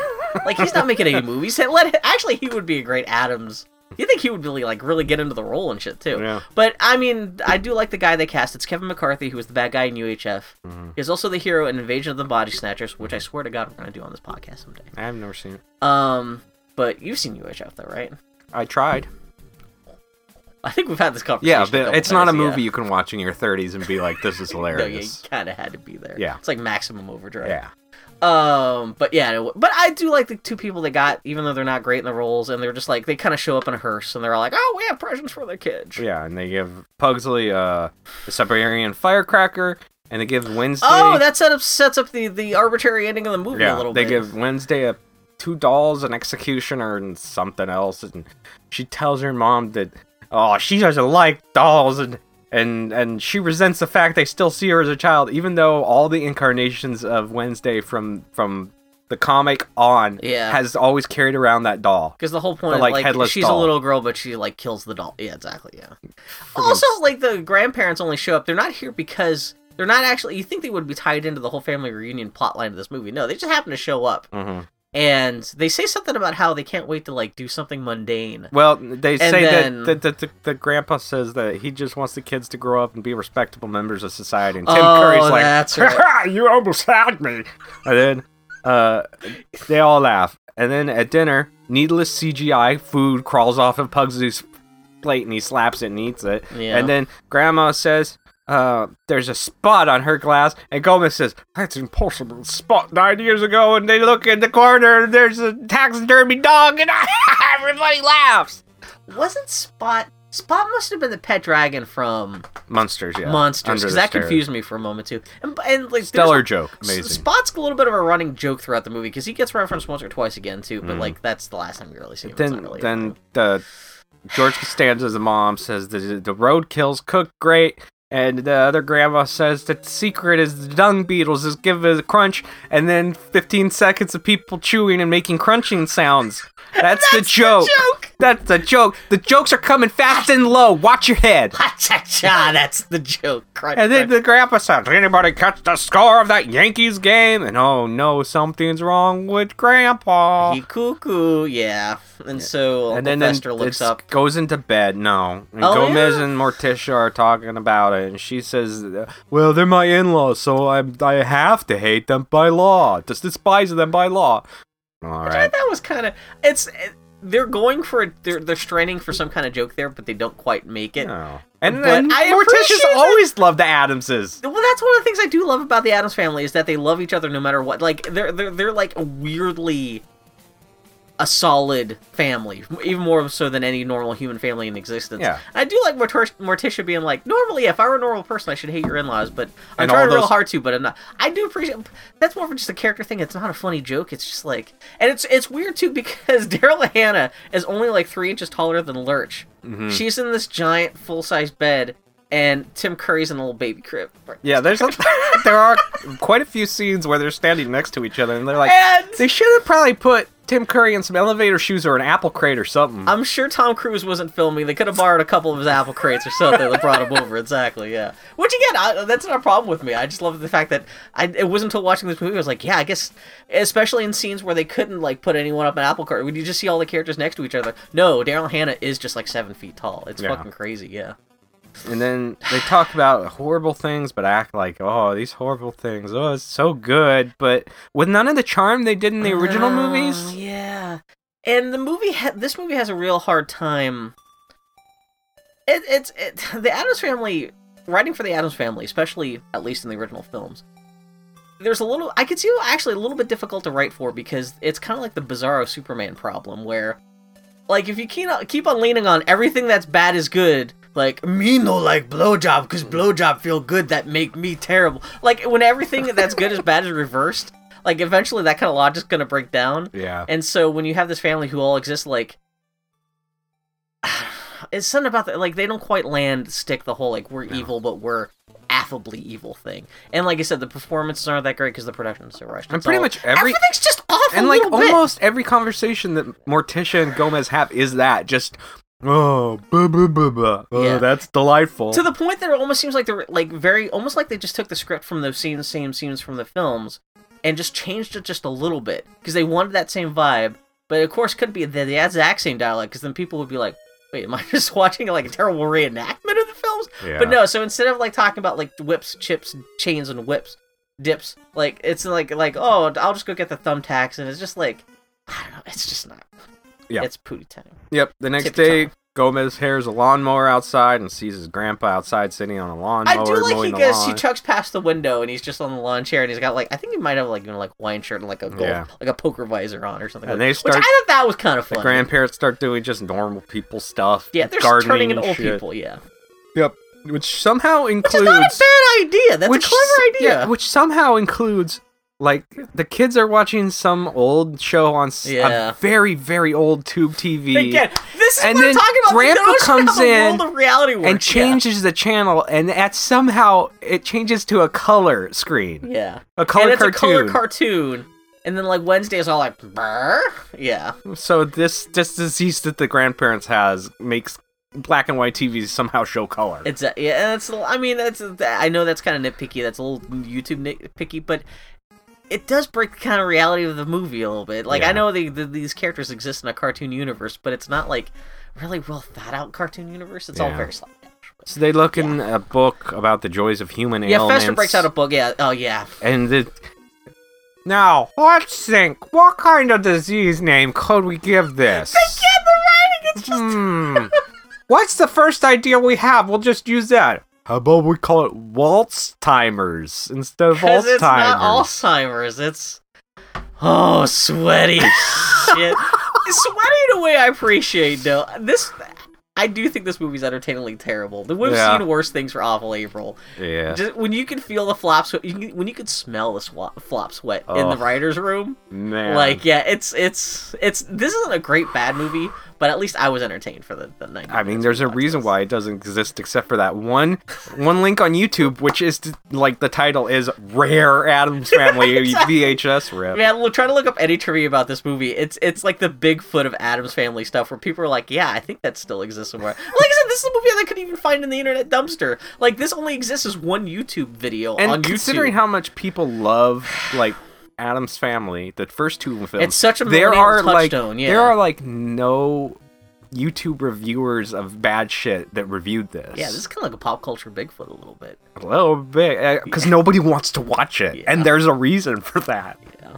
like he's not making any movies. (laughs) Let him- actually he would be a great Adams. You think he would really like really get into the role and shit too?
Yeah.
But I mean, I do like the guy they cast. It's Kevin McCarthy, who was the bad guy in UHF.
Mm-hmm.
He's also the hero in Invasion of the Body Snatchers, which I swear to God we're gonna do on this podcast someday.
I've never seen it.
Um, but you've seen UHF though, right?
I tried.
I think we've had this conversation.
Yeah, but
couple
it's not a
times, yeah.
movie you can watch in your 30s and be like, "This is
(laughs) No, yeah, you
hilarious."
kind of had to be there.
Yeah.
it's like Maximum Overdrive.
yeah,
Um, but yeah, no, but I do like the two people they got, even though they're not great in the roles, and they're just like they kind of show up in a hearse, and they're all like, "Oh, we have presents for the kids."
yeah, and they give Pugsley uh, a Siberian firecracker, and they give Wednesday.
Oh, that set up sets up the the arbitrary ending of the movie a little
they
bit.
give Wednesday a two dolls, an executioner, and something else, and she tells her mom that oh she doesn't like dolls, and and and she resents the fact they still see her as a child, even though all the incarnations of Wednesday from from the comic on
Yeah.
has always carried around that doll.
Because the whole point,
The,
of,
like,
like,
headless
she's
doll.
a little girl, but she like kills the doll. Yeah, exactly. Yeah. Also, like the grandparents only show up. They're not here because they're not actually. You think they would be tied into the whole family reunion plotline of this movie? No, they just happen to show up,
hmm
and they say something about how they can't wait to like do something mundane.
Well, they say
then-
that, that, that the, the grandpa says that he just wants the kids to grow up and be respectable members of society. And Tim
Oh,
Curry's like, (laughs)
that's
"Ha
right.
ha, "Ah, "You almost had me," and then uh, they all laugh. And then at dinner, needless CGI food crawls off of Pugsley's plate, and he slaps it and eats it.
Yeah.
And then Grandma says. Uh, there's a spot on her glass, and Gomez says, That's impossible. Spot nine years ago, and they look in the corner, and there's a taxidermy dog, and (laughs) everybody laughs.
Wasn't Spot? Spot must have been the pet dragon from
Monsters, yeah.
Monsters,
Under
because
the
that
stairs.
confused me for a moment too. And, and like there's
Stellar
a-
joke,
S-
amazing.
Spot's a little bit of a running joke throughout the movie because he gets referenced once or twice again too, but like that's the last time you really see him. It's
Mm-hmm. then,
not really (laughs)
then the George Costanza's mom says the the road kills cook great, and the other grandma says that the secret is the dung beetles is give it a crunch, and then 15 seconds of people chewing and making crunching sounds.
(laughs)
That's, the, joke.
joke.
That's the joke. The jokes are coming fast and low. Watch your head.
cha
(laughs)
cha. That's the joke. Crunch,
And then
crunch.
the grandpa says, anybody catch the score of that Yankees game? And oh no, something's wrong with grandpa.
he cuckoo. Yeah, and so Uncle
and then,
Fester
then
looks
it's-
up.
goes into bed. No, and
Oh,
Gomez
yeah?
and Morticia are talking about it, and she says, "Well, they're my in-laws, so I I have to hate them by law, just despise them by law." All
I
right,
thought That was kind of it's. It, they're going for a, they're they're straining for some kind of joke there, but they don't quite make it.
no. and
But
then
I
Morticia's
appreciate
always loved the Adamses.
Well, that's one of the things I do love about the Adams family is that they love each other no matter what. Like they're they're they're like weirdly a solid family, even more so than any normal human family in existence.
Yeah.
I do like Morticia, Morticia being like, normally, if I were a normal person, I should hate your in-laws, but I'm
And all
trying real
those-
hard to, but I'm not. I do appreciate that's more of just a character thing. It's not a funny joke. It's just like, and it's it's weird too because (laughs) Daryl Hannah is only like three inches taller than Lurch. She's in this giant full size bed. And Tim Curry's in a little baby crib.
Yeah, there's a, (laughs) there are quite a few scenes where they're standing next to each other, and they're like,
And-
they should have probably put Tim Curry in some elevator shoes or an apple crate or something.
I'm sure Tom Cruise wasn't filming. They could have borrowed a couple of his apple crates or something that brought him
(laughs)
over. Exactly, yeah. Which again, I, that's not a problem with me. I just love the fact that I it wasn't until watching this movie I was like, yeah, I guess, especially in scenes where they couldn't like put anyone up an apple cart, when you just see all the characters next to each other. No, Daryl Hannah is just like seven feet tall. It's
Yeah.
fucking crazy. Yeah.
And then they talk about horrible things, but act like, oh, these horrible things. Oh, it's so good. But with none of the charm they did in the original
Oh,
movies.
Yeah, and the movie ha- this movie has a real hard time. It, it's it, (laughs) the Adams Family writing for the Adams Family, especially at least in the original films. There's a little I could see actually a little bit difficult to write for because it's kind of like the Bizarro Superman problem where, like, if you keep on, keep on leaning on everything that's bad is good. Like me no like blowjob because blowjob feel good that make me terrible. Like when everything that's good is bad is reversed, like eventually that kind of logic's gonna break down.
Yeah.
And so when you have this family who all exist like it's something about that like they don't quite land stick the whole like we're evil but we're affably evil thing. And like I said, the performances aren't that great because the production's so rushed.
And
It's
pretty
all-
much every-
everything's just off
And
a
like
little bit.
almost every conversation that Morticia and Gomez have is that just, oh, blah, blah, blah, blah. Oh,
Yeah.
that's delightful.
to the point that it almost seems like they're like very almost like they just took the script from those scenes, same scenes from the films, and just changed it just a little bit because they wanted that same vibe. But of course, could be the, the exact same dialogue because then people would be like, "Wait, am I (laughs) just watching like a terrible reenactment of the films?"
Yeah.
But no, so instead of like talking about like whips, chips, chains, and whips, dips, like it's like like oh, I'll just go get the thumbtacks, and it's just like I don't know, it's just not.
Yeah.
it's pooty time.
Yep. The next
Tip-top.
day, Gomez hears a lawnmower outside and sees his grandpa outside sitting on a lawnmower.
I do like
mowing
he
the
goes. She
lawn.
chucks past the window, and he's just on the lawn chair, and he's got like I think he might have like you know like wine shirt and like a golf,
Yeah.
like a poker visor on or something.
And
like-
they start-
Which I thought that was kind of
the
fun.
grandparents start doing just normal people stuff.
yeah, they're
gardening
turning into
and
old
shit.
people. Yeah,
Yep. Which somehow
which
includes
is not a bad idea. That's a clever
s-
idea.
yeah, which somehow includes like the kids are watching some old show on s-
Yeah.
a very very old tube TV
Again, this is
And
what
then
I'm talking about.
Grandpa
the notion of
comes
how the
in
world of reality works.
and changes the channel and that somehow it changes to a color screen.
Yeah, yeah.
A color
and it's
cartoon.
a color cartoon. And then like Wednesdays all like brr. Yeah.
So this this disease that the grandparents has makes black and white TVs somehow show color.
It's a, yeah, and it's. a- I mean, that's. I know that's kind of nitpicky. That's a little YouTube nitpicky, but it does break the kind of reality of the movie a little bit. Like
Yeah.
I know they, the, these characters exist in a cartoon universe, but it's not like really well thought out cartoon universe. It's all
Yeah.
very slapdash.
so they look in a book about the joys of human
Yeah,
ailments.
Fester breaks out a book. Yeah. Oh yeah.
and the. Now let's think. What kind of disease name could we give this? Hmm. What's the first idea we have? We'll just use that. How about we call it Waltz Timers instead of
(laughs) Because
Alzheimer's?
it's not Alzheimer's. It's
(laughs)
oh sweaty shit. Sweaty in a way I appreciate though. This I do think this movie's entertainingly terrible. The we've
Yeah.
seen worse things for awful April.
yeah.
Just when you can feel the flop sweat, you can, when you can smell the swap, flop sweat in the
Ugh.
writers' room.
Man.
Like yeah, it's it's it's this isn't a great bad movie, but at least I was entertained for the the night.
I mean, there's a reason why it doesn't exist except for that one one link on YouTube, which is t- like the title is Rare Adams
(laughs)
Family VHS Rip.
Man, look, try to look up any trivia about this movie. It's it's like the Bigfoot of Adam's Family stuff, where people are like, "Yeah, I think that still exists somewhere." Like I said, this is a movie that I couldn't even find in the internet dumpster. Like this only exists as one YouTube video
And
on
considering
YouTube.
how much people love like Adams Family, the first two films,
It's such a
there
millennial
are like
touchstone, yeah.
there are like no YouTube reviewers of bad shit that reviewed this.
yeah, this is kind of like a pop culture Bigfoot a little bit.
a little bit because nobody wants to watch it,
Yeah.
and there's a reason for that.
Yeah.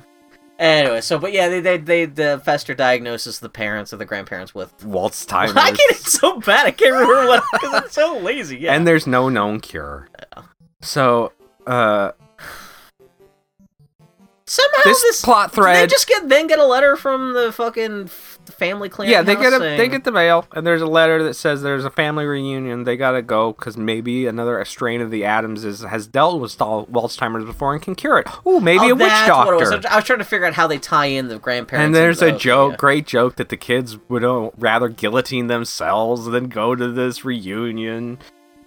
Anyway, so but yeah, they they they the Fester diagnoses the parents or the grandparents with.
Waltz timers.
(laughs) I get it so bad. I can't remember what because I'm so lazy. Yeah.
and there's no known cure. So, uh,
somehow
this,
this,
plot
do they
thread.
just get then get a letter from the fucking f- family clan.
yeah, they get a,
a
they get the mail, and there's a letter that says there's a family reunion. They gotta go because maybe another strain of the Adamses has dealt with Alzheimer's before and can cure it. Ooh, maybe
Oh,
a witch
that's
doctor.
What it was. I was trying to figure out how they tie in the grandparents.
and there's
into
a
those,
joke,
yeah.
great joke, that the kids would uh, rather guillotine themselves than go to this reunion.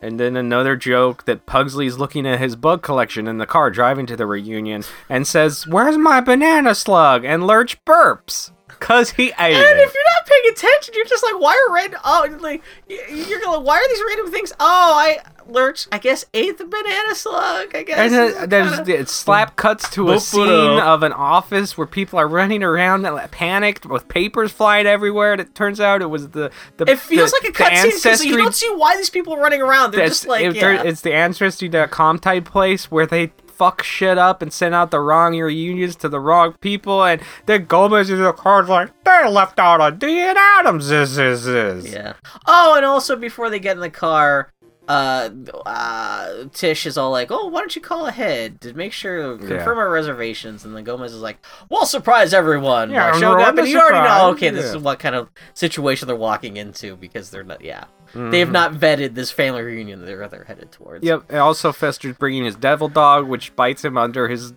And then another joke that Pugsley's looking at his bug collection in the car driving to the reunion and says, Where's my banana slug? And Lurch burps. Cause he ate
And if
it.
you're not paying attention, you're just like, why are red? Oh, like y- you're gonna. Why are these random things? Oh, I lurch. I guess ate the banana slug. I guess.
And
This
then
is
there's
kinda-
it slap cuts to
Boop,
a
boop.
scene of an office where people are running around like, panicked with papers flying everywhere. And it turns out it was the the
It feels
the-
like a
the
cutscene because you
ancestry
don't see why these people are running around. They're
That's-
just like,
if they're-
yeah.
it's the ancestry.com type place where they fuck shit up and send out the wrong reunions to the wrong people and then Gomez is in the cards like they left out a D and Adams this is this.
Yeah. Oh, and also before they get in the car, uh, uh, Tish is all like, "Oh, why don't you call ahead to make sure confirm our reservations?" And then Gomez is like, "We'll surprise everyone."
Yeah,
by
I don't
showing
know,
up."
I'm
and you already know.
surprised,
Okay, this
yeah.
is what kind of situation they're walking into because they're not. Yeah, they
Mm-hmm.
have not vetted this family reunion that they're, they're headed towards.
Yep. And also Fester's bringing his devil dog which bites him under his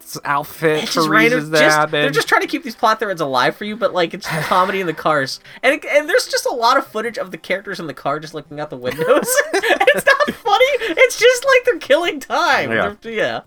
s- outfit
It's
for
(laughs) just
reasons
random.
that
Just,
happen.
they're just trying to keep these plot threads alive for you, but like it's just comedy in the cars, and it, and there's just a lot of footage of the characters in the car just looking out the windows.
(laughs)
(laughs) it's not funny. It's just like they're killing time.
Yeah.
They're- yeah.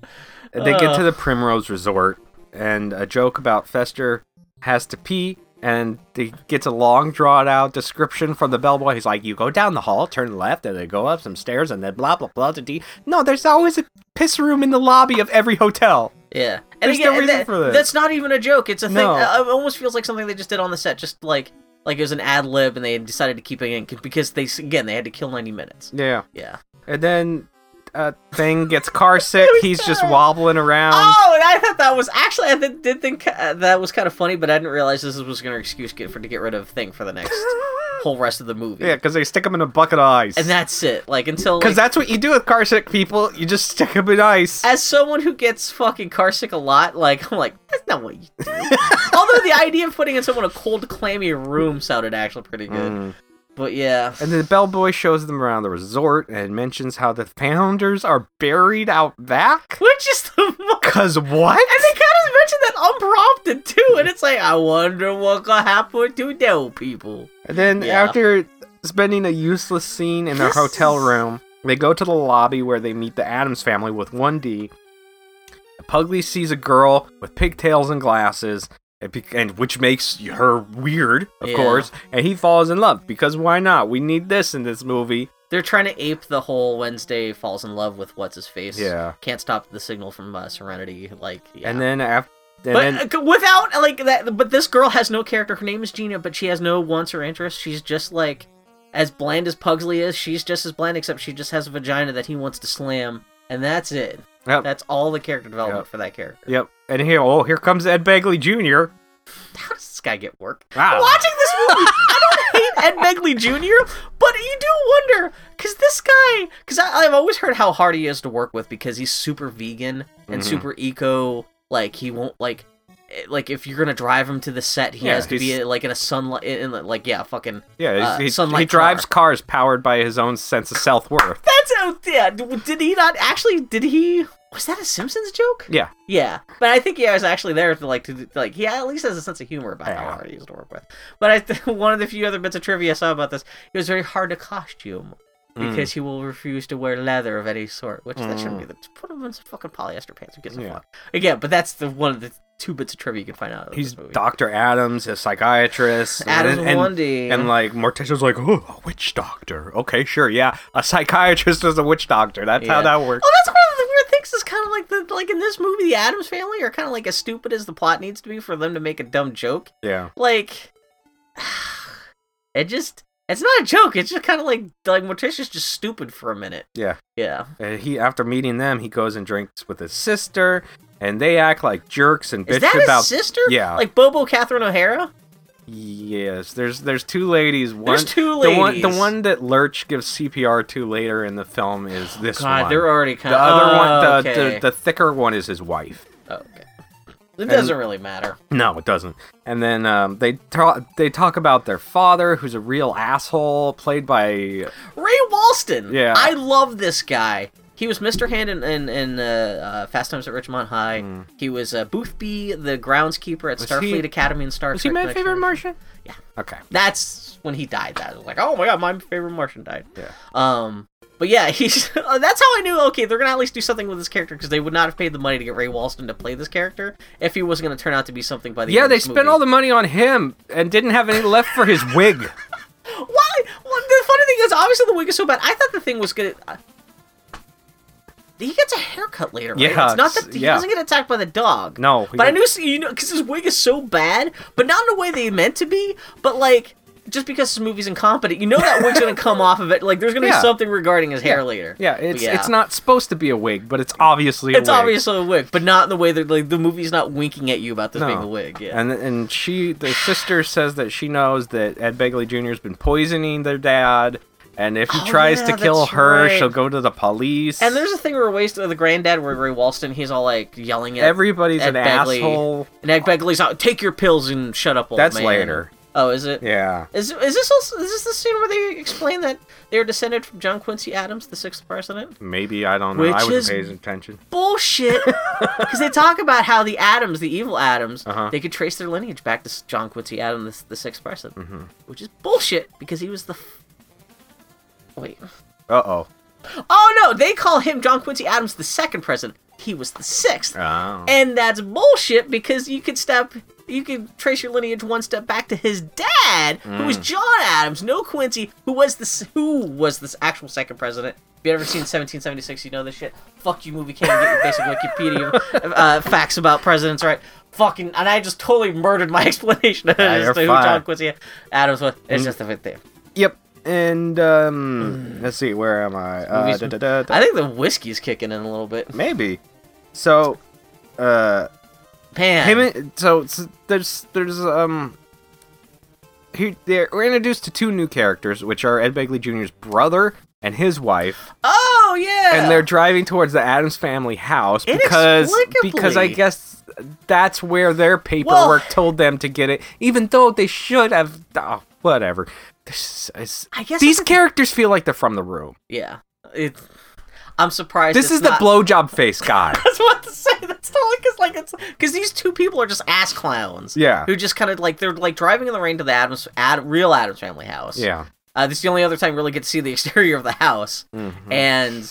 they
uh.
get to the Primrose Resort, and a joke about Fester has to pee, and he gets a long, drawn out description from the bellboy. He's like, You go down the hall, turn left, and then go up some stairs, and then blah, blah, blah, da, dee. No, there's always a piss room in the lobby of every hotel.
Yeah. And
There's
again,
no
and
reason
that-
for this.
That's not even a joke. It's a thing.
No.
uh, It almost feels like something they just did on the set, just like like it was an ad lib, and they decided to keep it in because they again they had to kill ninety minutes.
Yeah.
Yeah.
And then uh, Thing gets car
(laughs)
sick.
was
He's just
terrible.
wobbling around.
Oh, and I thought that was actually I th- did think uh, that was kind of funny, but I didn't realize this was going to excuse get for to get rid of thing for
(laughs)
the next whole rest of the movie.
Yeah, because they stick him in a bucket of ice.
and
Because
that's it. Like until like,
that's what you do with car sick people. You just stick them in ice.
as someone who gets fucking car sick a lot, like I'm like that's not what you
(laughs)
do. Although the idea of putting in someone a cold, clammy room sounded actually pretty good. But yeah,
Mm. And the bellboy shows them around the resort and mentions how the founders are buried out back.
(laughs) which is the mo-
Cause what?
And they kind of mentioned that unprompted too,
Mm.
and it's like, I wonder what gonna happen to those people.
And then
Yeah.
after spending a useless scene in their
This
hotel
is-
room, they go to the lobby where they meet the Adams family with 1D. Pugly sees a girl with pigtails and glasses, and, be- and which makes her weird, of
Yeah.
course. And he falls in love because why not? We need this in this movie.
They're trying to ape the whole Wednesday falls in love with what's his face.
Yeah.
Can't stop the signal from uh, Serenity. Like, yeah.
And then after, and
but
then
uh, c- without like that, but this girl has no character. Her name is Gina, but she has no wants or interests. She's just like as bland as Pugsley is. She's just as bland, except she just has a vagina that he wants to slam, and that's it.
Yep.
That's all the character development
Yep.
for that character.
Yep. And here, oh, here comes Ed Begley Jr.
How does this guy get work?
Wow.
Watching this movie, I don't hate Ed Begley Jr., but you do wonder because this guy, because I've always heard how hard he is to work with because he's super vegan and
Mhm.
super eco. Like he won't like, eh, like if you're gonna drive him to the set, he
Yeah,
has to be
he's-
eh, like in a sunlight, in, in, like yeah, fucking
Yeah, he's-
uh,
he,
sunlight
he drives
car.
cars powered by his own sense of self
(laughs)
worth.
That's oh yeah. d- Did he not actually? Did he? Was that a Simpsons joke?
Yeah.
Yeah, but I think he was actually there to like to like yeah, at least has a sense of humor about how
Yeah.
hard he is to work with. But I th- (laughs) one of the few other bits of trivia I saw about this, he was very hard to costume
Mm.
because he will refuse to wear leather of any sort, which that shouldn't be. The, just put him in some fucking polyester pants. Who gives a
Yeah.
fuck? Again, but that's the one of the two bits of trivia you can find out. Of
He's
this movie.
Dr. Adams, a psychiatrist.
Adams
and, and,
Lundy.
and like Morticia's like, oh, a witch doctor. Okay, sure, yeah. A psychiatrist is a witch doctor. That's how
Yeah.
that works.
Well, that's one of the weird things. Is kind of like the like in this movie, the Adams family are kind of like as stupid as the plot needs to be for them to make a dumb joke.
Yeah.
Like, (sighs) it just it's not a joke. It's just kind of like like Morticia's just stupid for a minute.
Yeah.
Yeah.
And he after meeting them, he goes and drinks with his sister, and they act like jerks and
Is
bitch
that his
about
sister?
yeah.
Like Bobo Catherine O'Hara?
Yes, there's there's two ladies. One,
two
The one, the
ladies.
one that Lurch gives CPR to later in the film is this
God,
one.
they're already
the
kind of.
other one, the,
okay.
the the thicker one is his wife.
Oh, okay. It doesn't really matter.
No, it doesn't. And then um, they talk they talk about their father, who's a real asshole, played by
Ray Walston.
Yeah.
I love this guy. He was Mr. Hand in, in, in uh, uh, Fast Times at Richmond High. He was uh, Boothby, the groundskeeper at
Hmm. Was
Starfleet
he-
Academy in Star
was he
Trek
my
Next
favorite
Generation.
Martian?
Yeah.
Okay.
That's when he died. That I was like, oh my god, my favorite Martian died.
Yeah.
Um, but yeah, (laughs) he's that's how I knew. Okay, they're gonna at least do something with this character because they would not have paid the money to get Ray Walston to play this character if he wasn't gonna turn out to be something by the
Yeah,
end
they
of this
spent all
movie.
the money on him and didn't have any left for his
(laughs)
wig.
Why? Well, the funny thing is, obviously the wig is so bad. I thought the thing was gonna. uh, he gets a haircut later, right?
Yeah,
it's not that
it's-
he
yeah.
doesn't get attacked by the dog.
No, he
but I
don't.
knew so- you know because his wig is so bad, but not in the way they meant to be. But like, just because this movie's incompetent, you know that wig's gonna
(laughs)
come off of it. Like, there's gonna
Yeah.
be something regarding his hair later.
Yeah,
But
it's it's not supposed to be a wig, but it's obviously a
It's
wig.
obviously a wig, but not in the way that like the movie's not winking at you about this
No.
being a wig. Yeah.
And and she the sister says that she knows that Ed Begley Jr.'s been poisoning their dad, and if he
Oh,
tries
yeah,
to kill
that's
her,
right.
she'll go to the police.
And there's a thing where waste of the granddad where Ray Walston he's all like yelling at
everybody's
Ed
an
Begley.
asshole.
And Ed Begley's out. Take your pills and shut up, old
That's
man."
later.
Oh, is it?
Yeah.
Is is this also is this the scene where they explain that they're descended from John Quincy Adams, the sixth president?
Maybe I don't know.
Which
I wasn't
is-
paying attention. (laughs)
Bullshit. Because they talk about how the Adams, the evil Adams,
Uh-huh.
they could trace their lineage back to s- John Quincy Adams, the, the sixth president,
Mm-hmm.
which is bullshit because he was the. F- Wait.
Uh oh.
Oh no, they call him John Quincy Adams, the second president. He was the sixth.
Oh.
And that's bullshit because you could step you could trace your lineage one step back to his dad, who
Mm.
was John Adams, no Quincy, who was this who was this actual second president. If you ever seen 1776, you know this shit. Fuck you, movie can't get your basic
(laughs)
Wikipedia uh, facts about presidents, right? Fucking, and I just totally murdered my (laughs) explanation as
Yeah, you're
to who
fine. Mm.
John Quincy Adams was. It's just a bit there.
Yep. And um, let's see. Where am I? Uh,
Movies-
da, da, da, da.
I think the whiskey's kicking in a little bit.
Maybe. So, uh.
Pan.
Him and, so, s there's there's um he they're, we're introduced to two new characters, which are Ed Begley Jr.'s brother and his wife,
Oh yeah.
and they're driving towards the Adams family house because because I
Inexplicably.
guess that's where their paperwork told them to get it, even though they should have oh, whatever. This is-
I guess
these
it's-
characters feel like they're from the room.
Yeah. It's. I'm surprised.
This
it's
is the
not-
blowjob face guy.
(laughs) I was about to say that's totally because like it's because these two people are just ass clowns.
Yeah.
Who just kind of like they're like driving in the rain to the Adams Ad, real Adams family house.
yeah.
(laughs)
Mm-hmm.
Uh, this is the only other time you really get to see the exterior of the house, and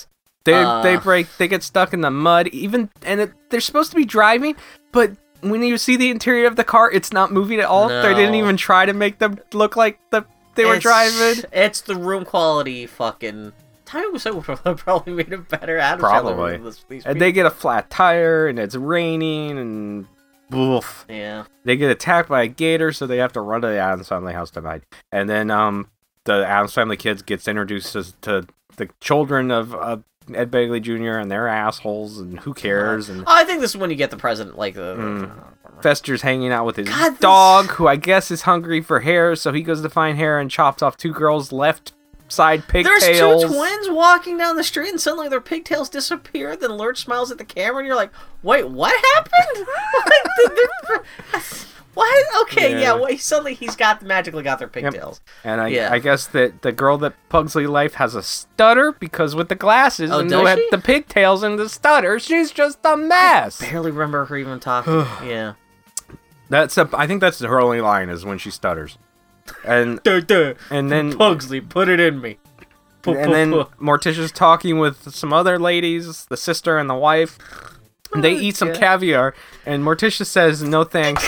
They they
Uh.
break. They get stuck in the mud. Even and it, they're supposed to be driving, but when you see the interior of the car, it's not moving at all. They didn't
No.
even try to make them look like the they were
It's-
driving.
It's the room quality fucking. Tommy was so (laughs) probably made it better. Adam
Probably.
probably. This, these
And they
people.
get a flat tire, and it's raining, and boof.
yeah.
They get attacked by a gator, so they have to run to the Adams family house tonight. And then um, the Adams family kids gets introduced as, to the children of uh, Ed Begley Jr. and their assholes, and who cares? And
Oh, I think this is when you get the president like the.
Mm.
uh,
Fester's hanging out with his
God, this-
dog, who I guess is hungry for hair, so he goes to find hair and chops off two girls' left side pigtails.
There's two twins walking down the street, and suddenly their pigtails disappear. Then Lurch smiles at the camera, and you're like, "Wait, what happened? (laughs) Like, the- the- what? Okay,
Yeah.
yeah. Wait, suddenly he's got magically got their pigtails.
And I,
Yeah.
I guess that the girl that Pugsley Life has a stutter because with the glasses
Oh,
and
does
the,
she?
the pigtails and the stutter, she's just a mess.
Barely remember her even (sighs) talking. yeah.
That's a, I think that's her only line is when she stutters, and
Duh, duh.
and then
Pugsley, put it in me. Puh,
and
puh, (laughs)
then
puh.
Morticia's talking with some other ladies, the sister and the wife. And they eat some
Okay.
caviar, and Morticia says, "No thanks.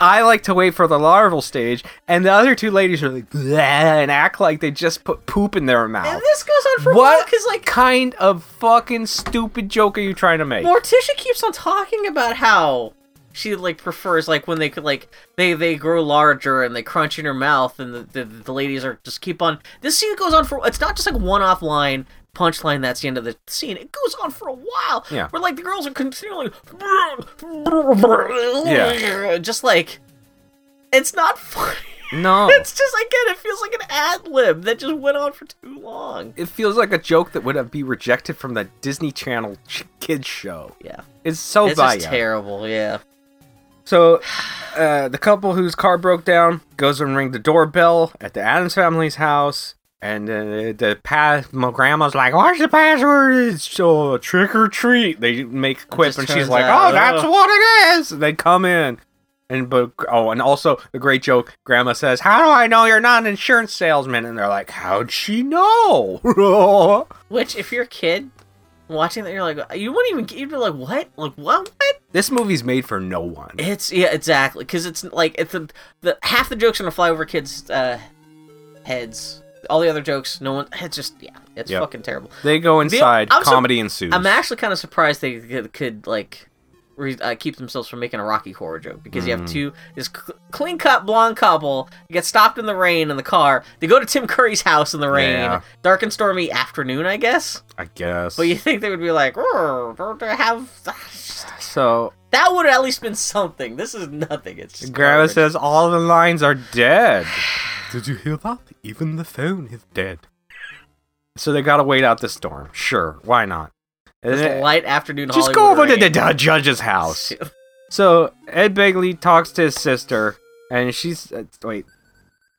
I like to wait for the larval stage." And the other two ladies are like, "Bleh," and act like they just put poop in their mouth.
And this goes on for a while
What
because like
kind of fucking stupid joke are you trying to make?
Morticia keeps on talking about how she like prefers like when they could like they they grow larger and they crunch in her mouth and the, the, the ladies are just keep on this scene goes on for it's not just like one off line punchline that's the end of the scene it goes on for a while
Yeah.
where like the girls are continually yeah just like it's not funny
No,
(laughs) it's just again it feels like an ad lib that just went on for too long
it feels like a joke that would have be rejected from the Disney Channel ch- kids show.
yeah
It's so
it's just
bad.
terrible yeah
So, uh, the couple whose car broke down goes and ring the doorbell at the Adams family's house, and uh, the pass. My grandma's like, "What's the password?" It's so trick or treat. They make a quip,
just
and she's
turns
like,
out-
"Oh, that's
Ugh.
what it is." And they come in, and but oh, and also the great joke. Grandma says, "How do I know you're not an insurance salesman?" And they're like, "How'd she know?" (laughs)
Which, if you're a kid watching that, you're like, you wouldn't even. You'd be like, what? Like what? What?
this movie's made for no one.
It's yeah, exactly. Because it's like it's the, the half the jokes are gonna fly over kids' uh, heads. All the other jokes, no one. It's just yeah, it's
Yep.
fucking terrible.
They go inside.
I'm so-
comedy ensues.
I'm actually kind of surprised they could, could like re- uh, keep themselves from making a Rocky Horror joke because you have two this cl- clean cut blonde couple get stopped in the rain in the car. They go to Tim Curry's house in the rain,
Yeah.
dark and stormy afternoon, I guess.
I guess.
But you think they would be like, "Rrr, don't they have
so
that would at least been something. This is nothing. It's just
Grandma
garbage.
says all the lines are dead. Did you hear that? Even the phone is dead. So they gotta wait out the storm. Sure, why not? And
This
then-
light afternoon.
just go over
Hollywood
to the,
rain.
the judge's
(laughs)
house. So Ed Begley talks to his sister, and she's uh, wait.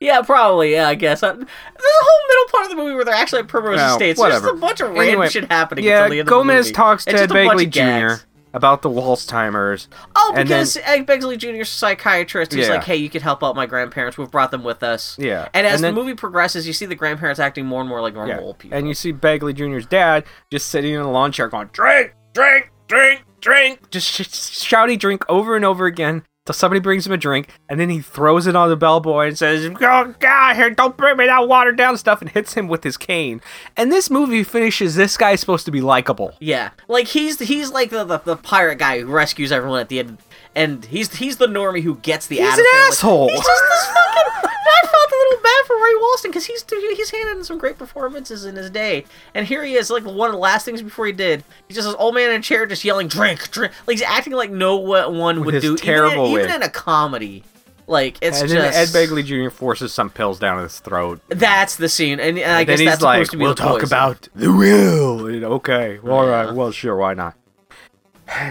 Yeah, probably. Yeah, I guess. I, there's a whole middle part of the movie where they're actually at Primrose
No,
Estates.
whatever.
There's just a bunch of random
Anyway,
shit happening
Yeah,
until the end of the
Gomez
movie.
talks to
It's
Ed
just a bunch
Begley
of gags.
Jr. about the Waltz timers.
Oh,
and
because Ed Begley Jr.'s psychiatrist. He's
Yeah.
like, "Hey, you could help out my grandparents. We've brought them with us."
Yeah,
And as
and then-
the movie progresses, you see the grandparents acting more and more like normal
Yeah.
old people.
And you see Begley Jr.'s dad just sitting in a lawn chair going, drink, drink, drink, drink. Just sh- sh- shouty drink over and over again till somebody brings him a drink. And then he throws it on the bellboy and says, Go, get out of here. Don't bring me that watered down stuff. And hits him with his cane. And this movie finishes this guy's supposed to be likable.
Yeah, like he's he's like the, the, the pirate guy who rescues everyone at the end, and he's he's the normie who gets the.
He's
Adam
an
family.
asshole.
He's just this fucking. I felt a little bad for Ray Walston because he's he's handed in some great performances in his day, and here he is like one of the last things before he did. He's just this old man in a chair just yelling drink drink, like he's acting like no one would
his
do.
terrible
even, in-
wig.
even in a comedy, like it's
and then
just
Ed Begley Jr. forces some pills down his throat.
That's the scene, and, and
And
I
then
guess
he's
that's
like,
supposed to be
we'll
the
talk
poison.
about the will. And, okay, all right, well, sure, why not? (sighs)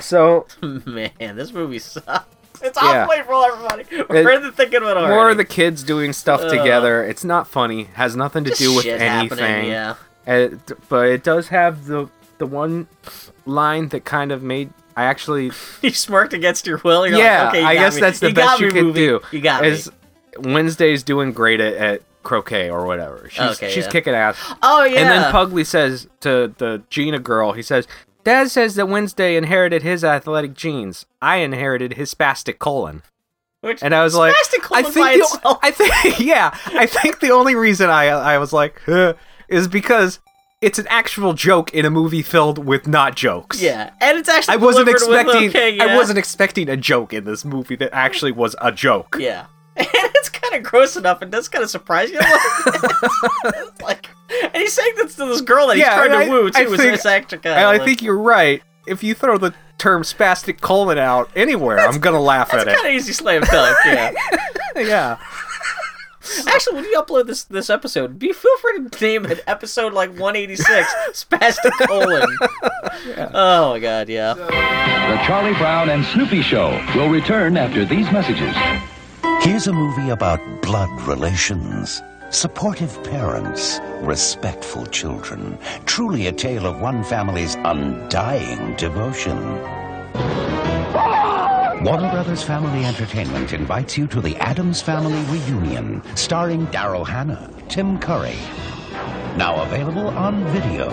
So
(laughs) Man, this movie sucks. It's
Yeah.
off play for everybody. We're in the thinking of it already.
More of the kids doing stuff
Ugh.
together. It's not funny. Has nothing to
Just
do with
shit happening,
anything.
Yeah. (laughs)
Uh, d- but it does have the the one line that kind of made I
(laughs)
actually
You smirked against your will. You're
yeah
like, okay, you
I
got
guess
me.
that's the
you
best
got me,
you could
movie.
do.
You got
is Wednesday's doing great at, at croquet or whatever. She's
Okay,
she's
yeah.
kicking ass.
Oh yeah.
And then Pugly says to the Gina girl, he says, "Dad says that Wednesday inherited his athletic genes. I inherited his spastic colon."
Which,
And I was like,
spastic
I
colon
think,
by
the,
itself.
(laughs) I think, yeah, I think the only reason I I was like huh, is because it's an actual joke in a movie filled with not jokes.
(laughs) yeah, and it's actually
I wasn't
delivered with
expecting.
okay,
I
yeah.
wasn't expecting a joke in this movie that actually was a joke.
Yeah. (laughs) And it's kind of gross enough and does kind of surprise you.
(laughs)
It's (laughs) like, and he's saying this to this girl that he's
Yeah,
trying to
and I-
woo too.
I
is
think-
this actor guy?
And I
like,
think you're right. If you throw the term spastic colon out anywhere, I'm gonna laugh
that's
at
kind of easy slam dunk. Yeah.
(laughs) it. Yeah.
Actually, when you upload this this episode, be feel free to name it episode like
(laughs)
186 spastic colon. Oh my god, yeah.
The Charlie Brown and Snoopy Show will return after these messages.
Here's a movie about blood relations, supportive parents, respectful children. Truly a tale of one family's undying devotion. Warner Brothers Family Entertainment invites you to the Adams Family Reunion, starring Daryl Hannah, Tim Curry. Now available on video.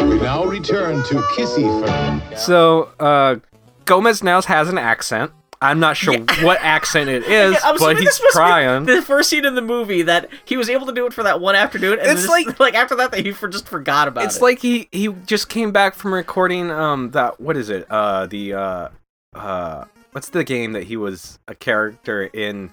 We now return to Kissy for
So uh, Gomez now has an accent. I'm not sure what accent it is,
(laughs) Yeah, I'm
but
assuming
he's
this must be
trying.
the first scene in the movie that he was able to do it for that one afternoon, and
It's
it's
like-
like (laughs) like after that that he for, just forgot about
It's
it.
like he he just came back from recording um that what is it uh the uh uh what's the game that he was a character in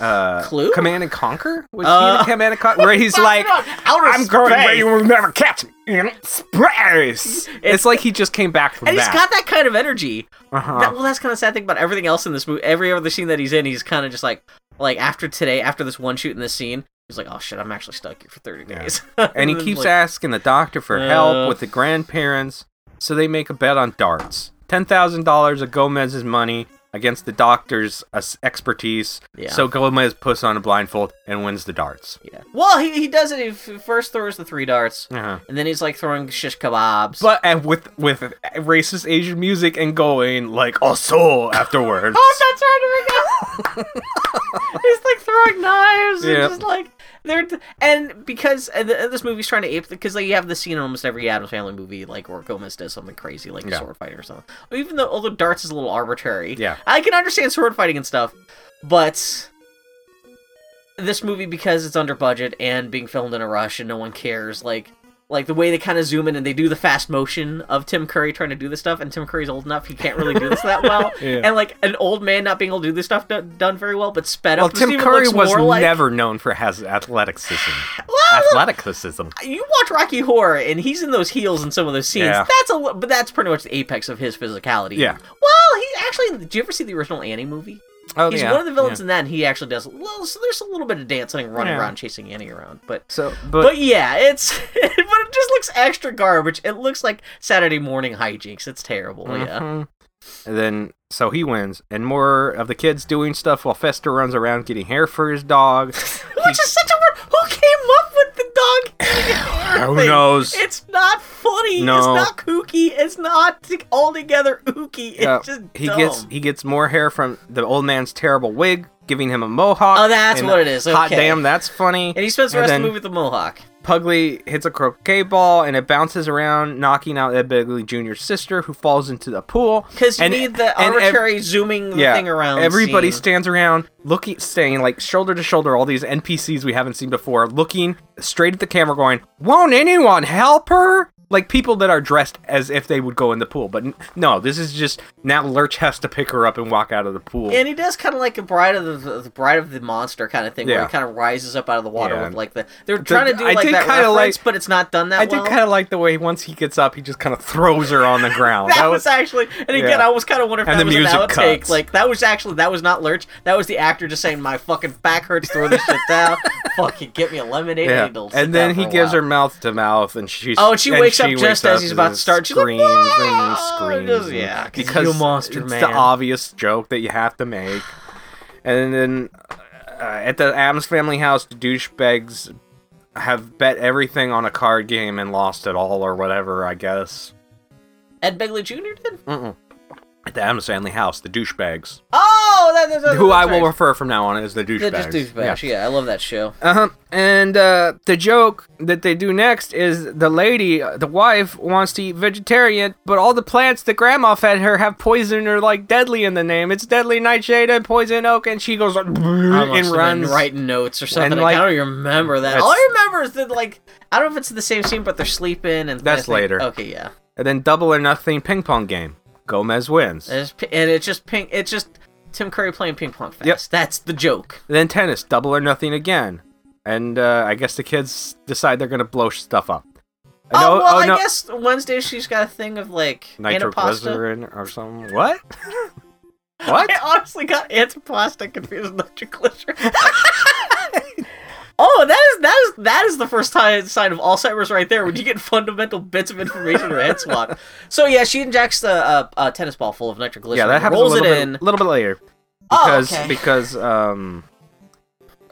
uh
Clue?
Command and Conquer was he
Uh,
in Command and
(laughs)
Conquer where he's like
outer
I'm going
space.
where you will never catch me in space. It's, like he just came back from
and
that.
he's got that kind of energy.
Uh-huh.
That- well, that's kind of sad thing about everything else in this movie. Every other scene that he's in, he's kind of just like, like after today, after this one shoot in this scene, he's like, oh shit, I'm actually stuck here for 30 days. (laughs)
and he
then,
keeps
like,
asking the doctor for
Uh.
help with the grandparents, so they make a bet on darts. Ten thousand dollars of Gomez's money against the doctor's uh, expertise.
Yeah.
So Gomez puts on a blindfold and wins the darts.
Yeah. Well, he, he does it. He f- first throws the three darts,
Uh-huh.
and then he's like throwing shish kebabs.
But and with with racist Asian music and going like oh so (laughs) afterwards.
Oh, I'm not trying to make out.
(laughs)
He's like throwing knives
Yeah.
and just like they're and because and th- this movie's trying to ape because like you have the scene in almost every Adams Family movie like where Gomez does something crazy like
Yeah.
a sword fighting or something. Even though although darts is a little arbitrary.
Yeah.
I can understand sword fighting and stuff, but this movie because it's under budget and being filmed in a rush and no one cares like like the way they kind of zoom in and they do the fast motion of Tim Curry trying to do this stuff, and Tim Curry's old enough he can't really do
(laughs)
this that well,
Yeah.
and like an old man not being able to do this stuff do- done very well, but sped
well,
up. This
Tim
even
Curry
looks
was
more like-
never known for his athleticism.
(laughs) Well,
athleticism.
you watch Rocky Horror, and he's in those heels in some of those scenes.
Yeah.
That's a li- but that's pretty much the apex of his physicality.
Yeah.
Well, he actually. Did you ever see the original Annie movie?
Oh
he's
yeah,
one of the villains
yeah.
in that, and he actually does. Well, so there's a little bit of dancing and running
Yeah.
around, chasing Annie around, but
So,
But,
but,
yeah, it's (laughs) but it just looks extra garbage. It looks like Saturday morning hijinks. It's terrible. Yeah.
Mhm. And then so he wins, and more of the kids doing stuff while Fester runs around getting hair for his
(laughs)
dog.
Which is such a word. Who came up with the dog?
(sighs)
hair
Who
thing?
knows?
It's not funny.
No.
It's not kooky. It's not t- altogether ooky. It's
Yeah,
just
he
dumb.
gets he gets more hair from the old man's terrible wig, giving him a mohawk.
Oh, that's
and
what it is,
Hot
okay.
damn, that's funny.
and he spends the rest
then
of the movie with the mohawk.
Pugly hits a croquet ball and it bounces around, knocking out Ed Begley Jr.'s sister, who falls into the pool.
Because you
And- e-
need the
and ev-
arbitrary zooming the
yeah,
thing around.
Everybody
scene.
stands around, looking, staying like shoulder to shoulder. All these NPCs we haven't seen before, looking straight at the camera, going, "Won't anyone help her?" Like people that are dressed as if they would go in the pool, but n- no, this is just now. Lurch has to pick her up and walk out of the pool.
And he does kind of like a bride of the, the bride of the monster kind of thing, where
Yeah.
he kind of rises up out of the water
Yeah.
with like the they're trying to do
I
like
did
that
kinda
reference,
like-
but it's not done that
I did
well.
kind of like the way once he gets up, he just kind of throws her on the ground.
(laughs) that, was, actually, and again,
yeah.
I was kind of wondering if
And
that
the
was
music
an outtake.
cuts.
Like that was actually that was not Lurch. That was the actor just saying, "My fucking back hurts. Throw this shit
(laughs)
down. Fucking get me a lemonade." I
yeah.
need to sit
And then
down
he
for a
gives
while."
her mouth to mouth, and she's
Oh, and she wakes up just as
up
he's about
and
to start. She's like,
Screams and
"Whoa!"
screams.
Just-
and-
yeah, 'cause
because
you monster
it's the
man.
obvious joke that you have to make. And then uh, at the Adams family house, the douchebags have bet everything on a card game and lost it all, or whatever. I guess Mm.
Ed Begley Jr. did.
Mm-mm. The Adams Family House, the douchebags,
Oh, that, that, that-
who I
that's
will
right.
refer from now on as the douchebags.
Yeah, just douchebags. Yeah. I love that show.
Uh-huh. And uh, the joke that they do next is the lady, uh, the wife, wants to eat vegetarian, but all the plants that grandma fed her have poison or like deadly in the name. It's deadly nightshade and poison oak, and she goes and
I must have been
runs.
writing notes or something.
And,
like, I
like-
don't even remember that.
That's-
All I remember is that like I don't know if it's the same scene, but they're sleeping and
That's
I think-
later.
Okay, yeah.
And then double or nothing ping pong game. Gomez wins.
And it's, and it's just ping. It's just Tim Curry playing ping pong fast.
Yep.
That's the joke.
then tennis, double or nothing again. And uh, I guess the kids decide they're gonna blow stuff up. And
oh well, I guess Wednesday she's got a thing of like (laughs) antipasta.
nitroglycerin or something. What? (laughs) what?
I honestly got antipasta confused with
(laughs)
nitroglycerin. oh, that is that is that is the first time sign of Alzheimer's right there when you get fundamental bits of information in your head swapped. So yeah, she injects the uh, uh, tennis ball full of nitroglycerin.
yeah, that happens a
rolls
little
it
bit,
in.
little bit later
Oh,
because
okay.
because um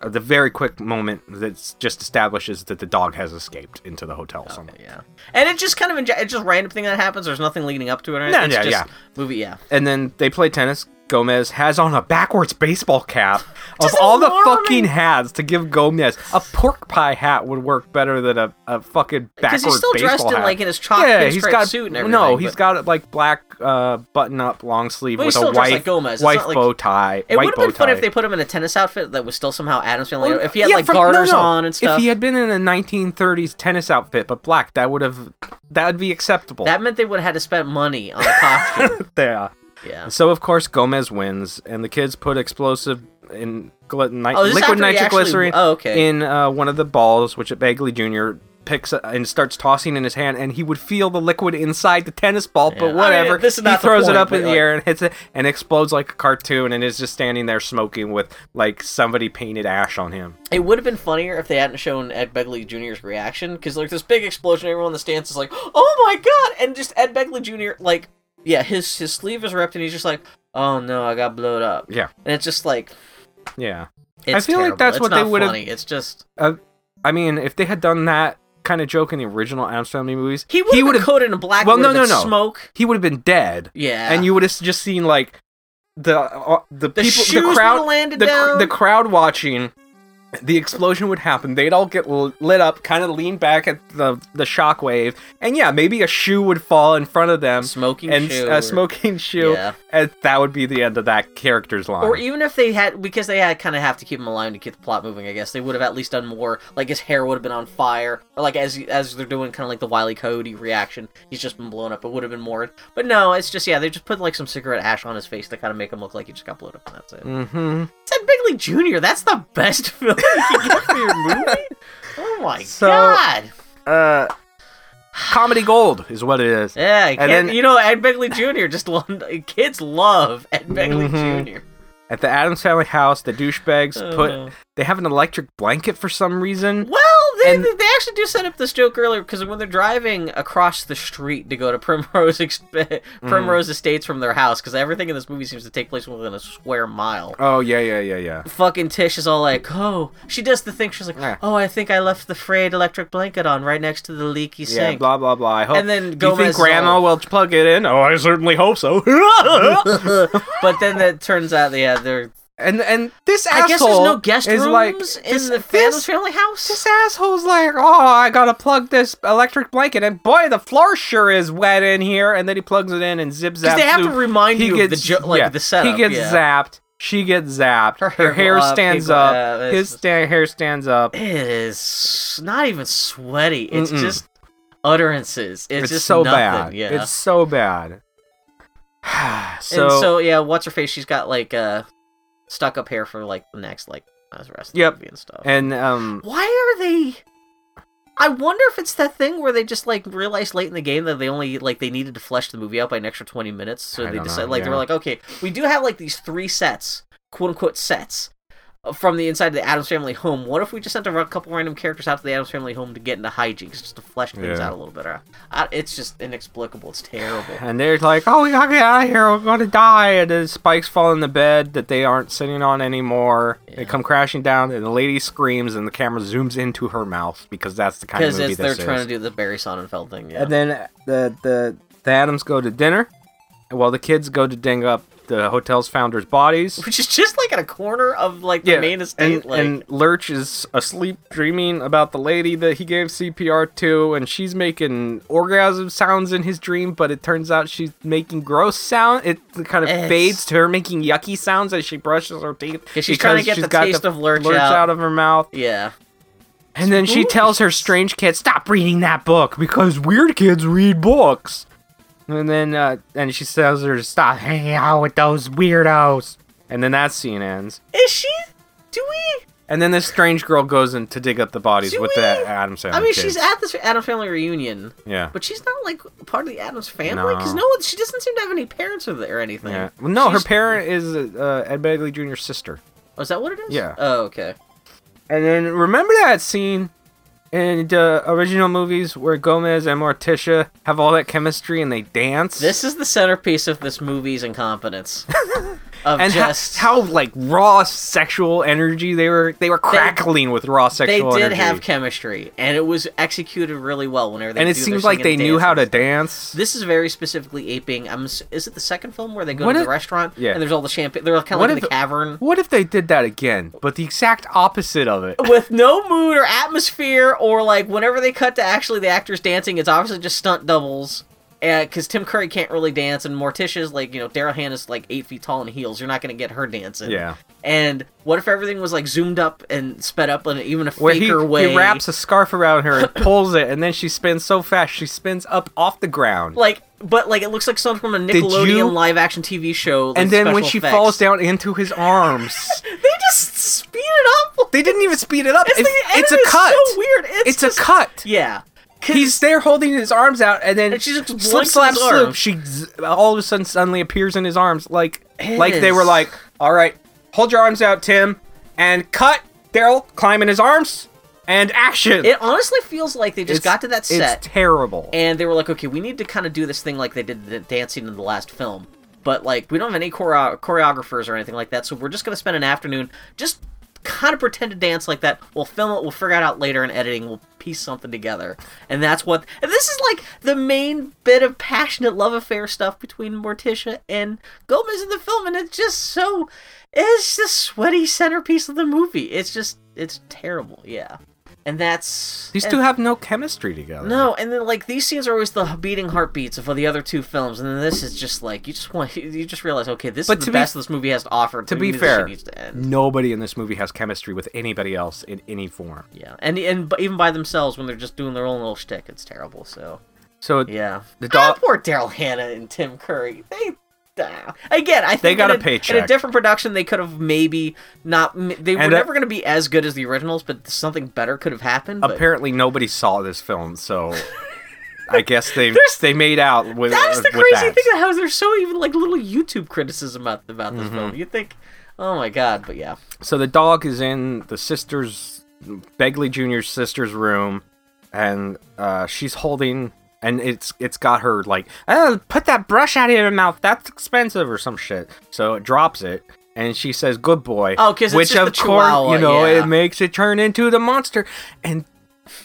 uh, the very quick moment that just establishes that the dog has escaped into the hotel somewhere.
Yeah, and it just kind of inje- it's just random thing that happens. There's nothing leading up to it. Right?
No,
it's
yeah,
just
yeah.
Movie, yeah.
And then they play tennis. Gomez has on a backwards baseball cap. Of
(laughs) Just
all the
alarming.
fucking hats to give Gomez, a pork pie hat would work better than a, a fucking backwards
Because Uh, he's still
baseball
dressed in
hat.
like in his chalk
yeah,
pinstripe
he's got
suit and everything.
no,
but-
he's got like black uh, button-up long sleeve
But
with
he's
a
still dressed
white
like Gomez. It's
white
not like-
bow tie.
It
white
would have been
bow
fun
tie.
if they put him in a tennis outfit that was still somehow Adams Family.
Well,
if he had
yeah,
like
from- no,
garters
no.
on and stuff.
If he (laughs) had been in a 1930s tennis outfit but black, that would have that would be acceptable.
That meant they would have had to spend money on a costume.
(laughs) yeah.
yeah.
So of course Gomez wins, and the kids put explosive in gl- ni-
Oh, is this
liquid
after he actually-
nitroglycerin
oh, okay.
in uh, one of the balls, which Bagley Jr. picks up and starts tossing in his hand, and he would feel the liquid inside the tennis ball.
Yeah. I
But
mean,
whatever,
this
he
is not the
throws
point,
it up
but,
in the
like-
air and hits it and explodes like a cartoon, and is just standing there smoking with like somebody painted ash on him.
It would have been funnier if they hadn't shown Ed Begley Jr.'s reaction because like this big explosion, everyone in the stands is like, "Oh my god!" and just Ed Begley Jr. like, yeah, his his sleeve is ripped and he's just like, "Oh no, I got blown up."
Yeah.
and it's just like,
Yeah.
it's
feel like
terrible.
that's
It's
what they
not
would've-
funny. It's just
Uh, I mean, if they had done that kind of joke in the original Adams Family movies,
he would have
would've-
coated in black.
Well,
it would've
no, no,
been
no.
smoke.
he would have been dead.
Yeah,
and you would have just seen like the uh, the, people
shoes
the
would've
crowd
landed
the,
down.
the crowd watching the explosion would happen they'd all get l- lit up kind of lean back at the the shockwave and yeah maybe a shoe would fall in front of them
smoking
and
shoe
a
or-
smoking shoe
Yeah.
and that would be the end of that character's line
Or e even if they had, because they had kind of have to keep him alive to keep the plot moving. I guess they would have at least done more. Like his hair would have been on fire, or like as as they're doing kind of like the Wiley Cody reaction. He's just been blown up. It would have been more. But no, it's just yeah, they just put like some cigarette ash on his face to kind of make him look like he just got blown up. And that's it.
hmm
Ted Bigley Jr. That's the best (laughs) film you can get for (laughs) your movie. Oh my
So-
god!
uh comedy gold is what it is
Yeah, I can't,
then-
you know Ed Begley Jr. just loved, kids love Ed Begley
Mhm.
Jr.
at the adams family house the douchebags
Oh.
put they have an electric blanket for some reason
Well, they,
And-
they actually do set up this joke earlier because when they're driving across the street to go to (laughs) Primrose exp-
Mm-hmm.
Primrose Estates from their house, because everything in this movie seems to take place within a square mile.
oh yeah yeah yeah yeah
Fucking Tish is all like, "Oh, she does the thing." She's like,
Yeah.
"Oh, I think I left the frayed electric blanket on right next to the leaky
Yeah,
sink."
blah blah blah. I hope.
And then
do you
Gomez
think
is
Grandma
all-
will plug it in? Oh, I certainly hope
(laughs)
so. (laughs)
but then it turns out, yeah, they're.
and and this
I
asshole
guess there's no guest
is
rooms
like
in
this,
the Adams
this,
family house.
this asshole's like, oh, I gotta plug this electric blanket, and boy, the floor sure is wet in here. And then he plugs it in and zips.
Because they have to remind
he
you of the
gets,
jo- like,
yeah,
the setup,
He gets
yeah.
zapped. She gets zapped.
Her
Her,
hair
hair
go up,
stands
people-
up.
yeah, this
His
is-
sta- hair stands up.
It is not even sweaty. It's
Mm-mm.
just utterances. It's,
It's
just
so
nothing.
bad.
Yeah.
It's so bad. (sighs) so,
and so yeah, what's her face? She's got like uh stuck up hair for like the next like uh, the rest of
Yep.
the movie and stuff.
and um,
Why are they? I wonder if it's that thing where they just like realized late in the game that they only like they needed to flesh the movie out by an extra twenty minutes, so
I
they
don't know,
decided like they
yeah.
were like, okay, we do have like these three sets, quote unquote sets, uh, from the inside of the Adams family home. What if we just sent a r- couple random characters out to the Adams family home to get into hijinks just to flesh things
Yeah.
out a little bit? Uh, I, it's just inexplicable. It's terrible.
And they're like, oh, we gotta get out of here, we're gonna die. And then spikes fall in the bed that they aren't sitting on anymore. They come crashing down, and the lady screams, and the camera zooms into her mouth because that's the kind of
Because
movie
it's they're
this
trying to
is.
do the Barry Sonnenfeld thing. Yeah.
And then the, the, the Adams go to dinner, while the kids go to ding up the hotel's founders' bodies.
(laughs) which is just like in a corner of like the main estate.
and,
like,
and Lurch is asleep dreaming about the lady that he gave CPR to, and she's making orgasm sounds in his dream, but it turns out she's making gross sound. It kind of
Yes.
fades to her making yucky sounds as she brushes her teeth.
Yeah, she's trying to
because
get
she's
the
got
taste of Lurch out.
out. of her mouth.
yeah,
And then she tells her strange kid, "Stop reading that book because weird kids read books." And then, uh, and she tells her to stop hanging out with those weirdos. And then that scene ends.
is she? Do we?
And then this strange girl goes in to dig up the bodies
Do
with
we-
the Adam Sandler.
I mean,
kids.
she's at this Adam family reunion,
yeah.
but she's not like part of the Adams family because
No.
no. one. She doesn't seem to have any parents with her or anything.
yeah. Well, no,
She's-
her parent is uh, Ed Begley Jr.'s sister.
Oh, is that what it is?
Yeah.
Oh, okay.
And then remember that scene in the original movies where Gomez and Morticia have all that chemistry and they dance.
This is the centerpiece of this
(laughs)
movie's incompetence. of
and ho-
just
how, like raw sexual energy they were they were crackling with raw
they
sexual
did
energy.
have chemistry, and it was executed really well. Whenever they
and it
do their
seems like they
singing and
knew how to
dancing.
dance.
This is very specifically aping. I'm. s- Is it the second film where they go
What
to
if-
the restaurant?
Yeah.
And there's all the champagne. They're kind of
What
like in
if-
the cavern.
What if they did that again, but the exact opposite of it?
(laughs) with no mood or atmosphere or like whenever they cut to actually the actors dancing, it's obviously just stunt doubles. Because Tim Curry can't really dance, and Morticia's like, you know, Daryl Hannah's like eight feet tall in heels. You're not gonna get her dancing.
Yeah.
And what if everything was like zoomed up and sped up in even a
Where he,
faker way?
he wraps a scarf around her and pulls it, and then she spins so fast she spins up off the ground.
like, but like it looks like something from a
Did you-
Nickelodeon live action TV show. like,
and then when
special
she
effects.
falls down into his arms,
they just speed it up.
they didn't even speed it up.
It's,
It-
the
it's
editing
a
is
cut.
So weird. It's,
It's
just-
a cut.
Yeah. 'Cause-
He's there holding his arms out, and then
And she just
slip,
blinks
slap,
his
slip.
arm.
She z- all of a sudden suddenly appears in his arms, like
It
like they were
is-
like, "All right, hold your arms out, Tim," and cut. Daryl climb in his arms, and action.
It honestly feels like they just
It's-
got to that set
It's terrible.
and they were like, okay, we need to kind of do this thing like they did the dancing in the last film, but like we don't have any choreo- choreographers or anything like that, so we're just gonna spend an afternoon just kind of pretend to dance like that. We'll film it. We'll figure it out later in editing. We'll piece something together, and that's what. And this is like the main bit of passionate love affair stuff between Morticia and Gomez in the film, and it's just so. It's the sweaty centerpiece of the movie. It's just, it's terrible, yeah. And that's
These
and-
two have no chemistry together.
no, and then like these scenes are always the beating heartbeats of the other two films, and then this is just like you just want (laughs) you just realize okay, this
But
is
to
the
be-
best this movie has to offer.
To
We
be
knew this
fair,
shit needs to end.
nobody in this movie has chemistry with anybody else in any form.
yeah, and and b- even by themselves when they're just doing their own little shtick, it's terrible. So
So
yeah,
The
Ah,
dog-
poor Daryl Hannah and Tim Curry, they. ah. Again, I think
They got
in
a
In a
paycheck.
different production, they could have maybe not. m- They were
And, uh,
never going to be as good as the originals, but something better could have happened. But
apparently nobody saw this film,
(laughs)
so I guess they they made out with
That is the
with
crazy
that.
thing. How there's so even like little YouTube criticism about about this film. You think, oh my god, but yeah,
So the dog is in the sister's Begley Jr.'s sister's room, and uh, she's holding, and it's it's got her like, oh, put that brush out of your mouth. That's expensive or some shit. So it drops it, and she says, "Good boy."
Oh, 'cause it's
which
just
of
the
course
Chihuahua,
you know
yeah.
it makes it turn into the monster, and.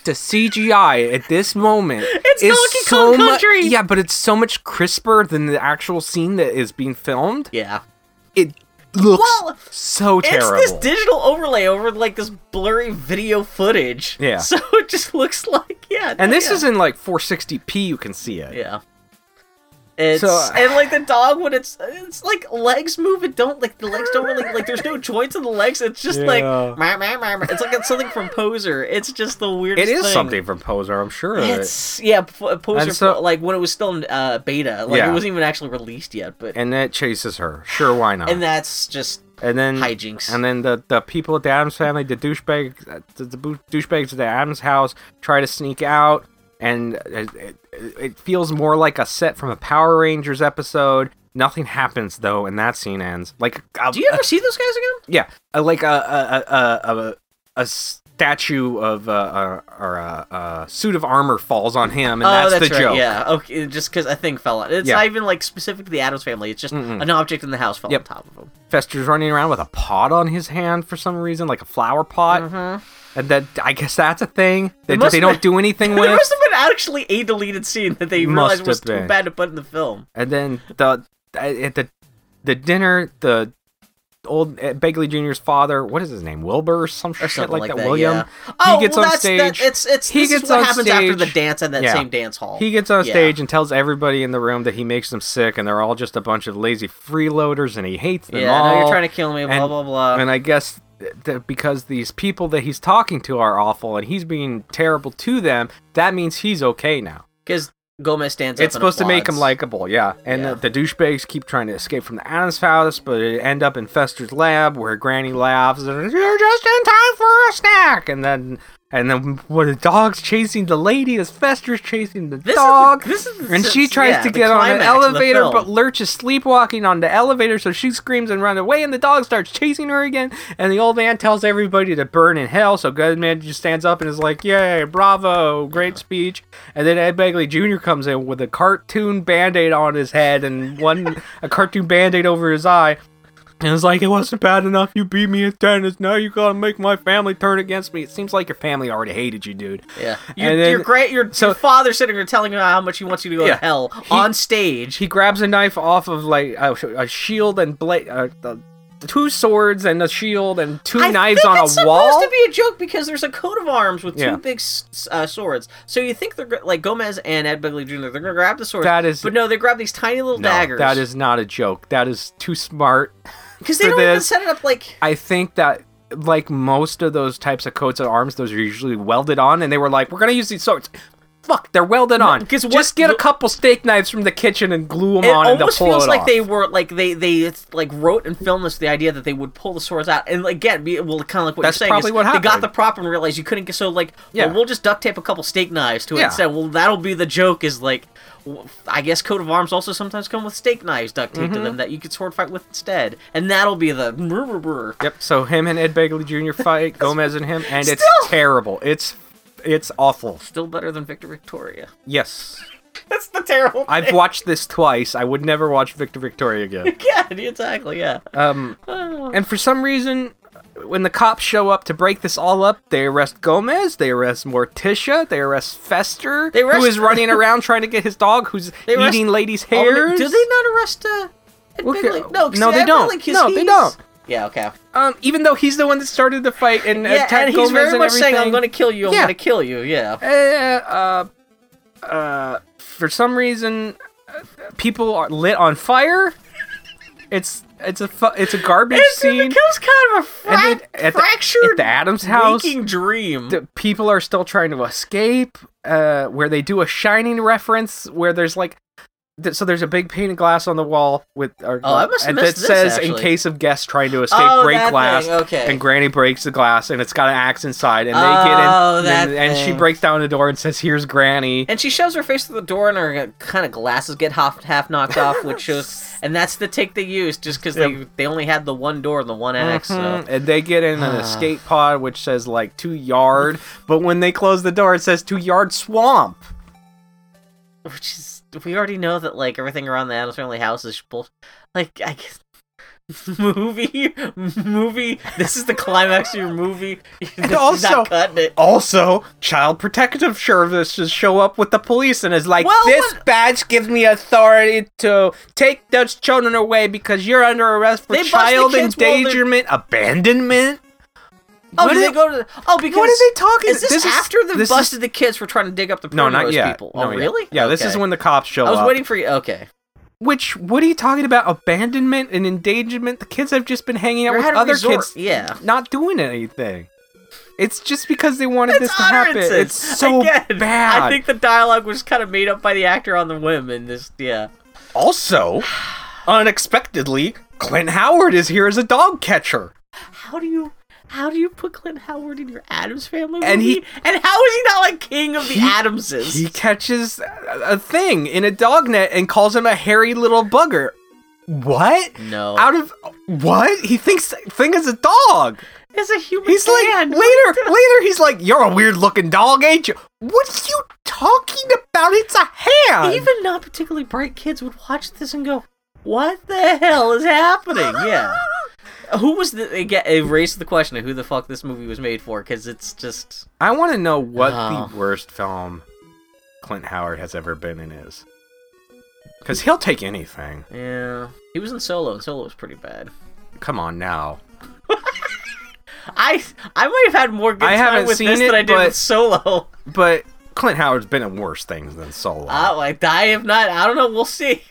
The CGI at this moment
(laughs) It's
is
Donkey
so
Kong
mu-
Country!
yeah, but it's so much crisper than the actual scene that is being filmed.
yeah.
It looks
Well,
so terrible.
It's this digital overlay over like this blurry video footage.
Yeah.
(laughs) So it just looks like yeah.
And this
yeah.
is in like 460p. You can see it.
yeah. It's
So-
and like the dog when it's it's like legs move it don't like the legs don't really like there's no joints in the legs it's just like
Yeah.
"Meow, meow, meow, meow." it's like it's something from Poser it's just the weirdest
It is
thing.
something from Poser, I'm sure of it.
It's yeah, p- poster
And so-
pro- like when it was still in uh, beta, like
Yeah.
it wasn't even actually released yet. But and,
And it chases her. Sure, why not?
that's just
And then
hijinks.
And then the, the people at the Adams family, the douchebag, uh, the, the boo- douchebags at the Adams house, try to sneak out, and it, it, it feels more like a set from a Power Rangers episode. Nothing happens though, and that scene ends. Like, a,
do you
(laughs)
ever see those guys again?
yeah, uh, like a a a a, a, a statue of uh, uh, or a, a suit of armor falls on him, and
oh,
that's,
that's
the
right.
joke.
Yeah, okay, just because a thing fell on. It's
Yeah.
not even like specific to the Adams family. It's just an object in the house fell
Yep.
on top of them.
Fester's running around with a pot on his hand for some reason, like a flower pot. And that I guess that's a thing that
Mm-hmm. must
they
have
don't do
(laughs)
anything
There
with.
must have been actually a deleted scene that they
Must
realized was
have been.
too bad to put in the film.
And then the I- at the the dinner, the old uh, Begley Jr.'s father, what is his name, Wilbur, or some shit
something
like,
like
that.
that,
William.
yeah. Oh,
he gets
well,
on
that's-
stage.
that- it's- it's-
he
this is
gets
what
on
happens
stage.
after the dance at that same dance hall.
He gets on
Yeah.
stage and tells everybody in the room that he makes them sick, and they're all just a bunch of lazy freeloaders, and he hates them
Yeah,
all.
I know you're trying to kill me, blah,
and-
blah, blah.
And I guess th- that because these people that he's talking to are awful, and he's being terrible to them, that means he's okay now.
Because Gomez stands up.
It's
and
supposed to make him
applauds.
likable, yeah. And
Yeah.
The, the douchebags keep trying to escape from the Adams house, but they end up in Fester's lab, where Granny laughs, and "You're just in time for a snack." And then, and then, what? The dog's chasing the lady. As Fester's chasing the
This is the-
dog,
this is the-
and she tries
yeah,
to
the
get on an
climax of the
elevator,
film.
but Lurch is sleepwalking on the elevator, so she screams and runs away, and the dog starts chasing her again. And the old man tells everybody to burn in hell, so Goodman just stands up and is like, Yay, bravo, great speech. And then Ed Begley Jr. comes in with a cartoon band aid on his head and one a cartoon band aid over his eye. And it's like, it wasn't bad enough. You beat me at tennis. Now you gotta make my family turn against me. It seems like your family already hated you, dude.
Yeah.
And
Your,
then-
your, great, your,
so-
your father sitting there telling you how much he wants you to go
Yeah.
to hell on stage.
He grabs a knife off of like a, a shield and blade, uh, the, two swords and a shield and two
I
knives
think
on
it's
a wall.
supposed to be a joke because there's a coat of arms with
Yeah.
two big s- uh, swords. So you think they're go- like Gomez and Ed Begley Jr. They're gonna grab the swords.
That is-
but no, they grab these tiny little
No,
daggers.
that is not a joke. That is too smart.
because they
for
don't even
this.
set it up like.
I think that like most of those types of coats of arms, those are usually welded on, and they were like, "We're gonna use these swords." Fuck, they're welded on.
'cause
Just
what-
get a couple steak knives from the kitchen and glue them
It
on, and they'll
almost
pull
feels
it
like
off.
they were like they they it's, like wrote and filmed this with the idea that they would pull the swords out and again be well kind of like what
That's
you're saying
probably
is
what
they got
happened.
the prop and realized you couldn't get so like
Yeah.
well, we'll just duct tape a couple steak knives to it
Yeah.
instead well that'll be the joke is like w- I guess coat of arms also sometimes come with steak knives duct
Mm-hmm.
taped to them that you could sword fight with instead and that'll be the brr, brr, brr.
Yep. So him and Ed Begley Jr. (laughs) fight Gomez and him, and it's
Still-
terrible. It's it's awful.
still better than Victor Victoria (laughs)
Yes.
that's the terrible
I've
thing.
watched this twice. I would never watch Victor Victoria again.
yeah exactly yeah
Um, and for some reason, when the cops show up to break this all up, they arrest Gomez, they arrest Morticia, they arrest Fester,
They arrest-
who is running around trying to get his dog, who's
(laughs) They arrest
eating ladies'
Oh, they-
hairs.
Do they not arrest uh, Ed
Look
Begley?
at-
No, 'cause
no,
see,
they
Ed
don't.
Begley, 'cause
No, they
he's-
don't.
Yeah, okay.
Um, even though he's the one that started the fight and
Yeah,
attacked
and he's
Gomez
very
and
much
everything.
saying, "I'm going to kill you. I'm
Yeah.
going to kill you." Yeah.
uh, uh, uh, for some reason, uh, people are lit on fire. It's it's a fu- it's a garbage scene.
becomes kind of a fra-
And then at the-
fractured,
at the Addams house-
waking dream.
the people are still trying to escape uh where they do a shining reference where there's like th- so there's a big pane of glass on the wall with or,
Oh, I must have
and
missed
that
this,
says in
actually."
case of guests trying to escape
Oh,
break
that
glass
thing, okay.
and granny breaks the glass and it's got an axe inside and they get in
Oh,
and,
that
and she
thing.
breaks down the door and says here's granny
and she shoves her face through the door, and her kind of glasses get half half knocked
(laughs)
off, which shows. And that's the take they used, just because they they only had the one door and the one annex.
Mhm,
So.
and they get in
(sighs)
an escape pod which says like two yard but when they close the door it says two yard swamp
Which is we already know that like everything around the Adams family house is bull. Like I guess. (laughs) Movie, movie. This is the climax of your movie. (laughs) This is not
also-
cutting it.
Also, child protective services show up with the police and is like,
Well,
"This badge gives me authority to take those children away because you're under arrest for
They bust the
child
kids while they're-
endangerment, abandonment."
Oh,
What
do
is-
they go to? The, oh, because
are they talking-
Is this,
this is-
after they
this is-
busted the kids for trying to dig up the
No, not
Primrose
yet.
people?
No,
oh,
yet.
really?
Yeah, this is
Okay.
when the cops show
I was
up.
waiting for you. Okay,
Which, what are you talking about? Abandonment and endangerment? The kids have just been hanging out
You're
with
at a
other
resort,
kids,
yeah.
not doing anything. It's just because they wanted
it's
this to happen.
utterances.
It's so
Again,
bad.
I think the dialogue was kind of made up by the actor on the whim, and this, yeah.
Also, unexpectedly, Clint Howard is here as a dog catcher.
How do you? How do you put Clint Howard in your Adams family
And he-
movie? and how is he not like king of the Adamses?
He catches a a thing in a dog net and calls him a hairy little bugger. What?
No.
Out of what? He thinks thing is a dog.
It's a human.
He's like
hand.
later, later he's like, "You're a weird looking dog, ain't you?" What are you talking about? It's a hand.
Even not particularly bright kids would watch this and go, "What the hell is happening?" Yeah. (laughs) Who was the again? It raised the question of who the fuck this movie was made for, because it's just
I want to know what
Oh.
the worst film Clint Howard has ever been in is. Because he'll take anything.
Yeah. He was in Solo, and Solo was pretty bad.
Come on now.
I I might have had more good
I
time
haven't
with
seen
this
it,
than I did
but-
with Solo.
But Clint Howard's been in worse things than Solo.
I Uh, like I have not. I don't know. We'll (laughs) see.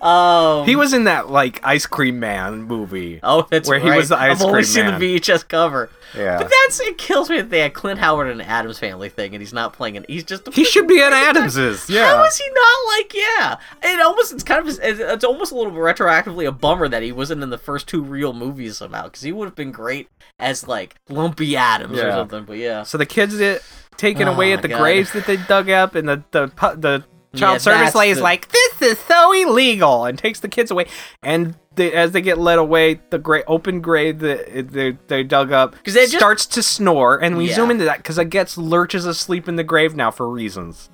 um.
he was in that like Ice Cream Man movie.
Oh, that's
where
right.
he was the ice
I've only
cream
seen
man.
the VHS cover.
Yeah.
But that's it. Kills me that they had Clint Howard in an Adams Family thing, and he's not playing it. He's just a
He should be in Adams's. Yeah.
(laughs) How is he not like yeah? It almost it's kind of it's- it's almost a little retroactively a bummer that he wasn't in the first two real movies somehow because he would have been great as like Lumpy Adams or
Yeah.
something. But yeah,
So the kids get taken
Oh,
away at the
God.
graves that they dug up, and the the pu- the
Yeah,
child service
that's
lady is
the-
like, "This is so illegal," and takes the kids away. And they, as they get led away, the gra- open grave that eh, they, they dug up
'Cause they just-
starts to snore, and we
Yeah.
zoom into that because I guess Lurch is asleep in the grave now for reasons.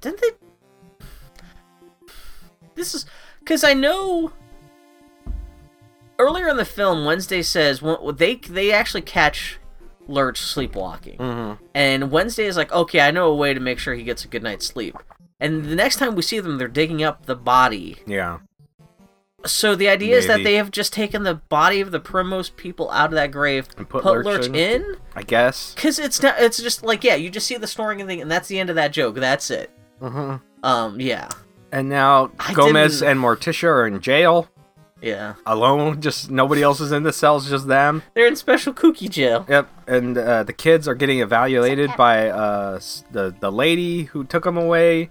didn't they? This is because I know earlier in the film Wednesday says well, they they actually catch Lurch sleepwalking, and Wednesday is like, okay, I know a way to make sure he gets a good night's sleep. And the next time we see them, they're digging up the body
Yeah,
So the idea is that
Maybe.
they have just taken the body of the Primrose people out of that grave
And
put,
put
Lurch
Lurch
in.
in? I guess.
Cause it's not. It's just like yeah, you just see the snoring and thing, and that's the end of that joke. That's it. Um. Yeah.
And now
I
Gomez
didn't-
and Morticia are in jail
Yeah.
alone. (laughs) Just nobody else is in the cells, just them.
They're in special kooky jail.
Yep, and uh, the kids are getting evaluated by uh, s- the the lady who took them away,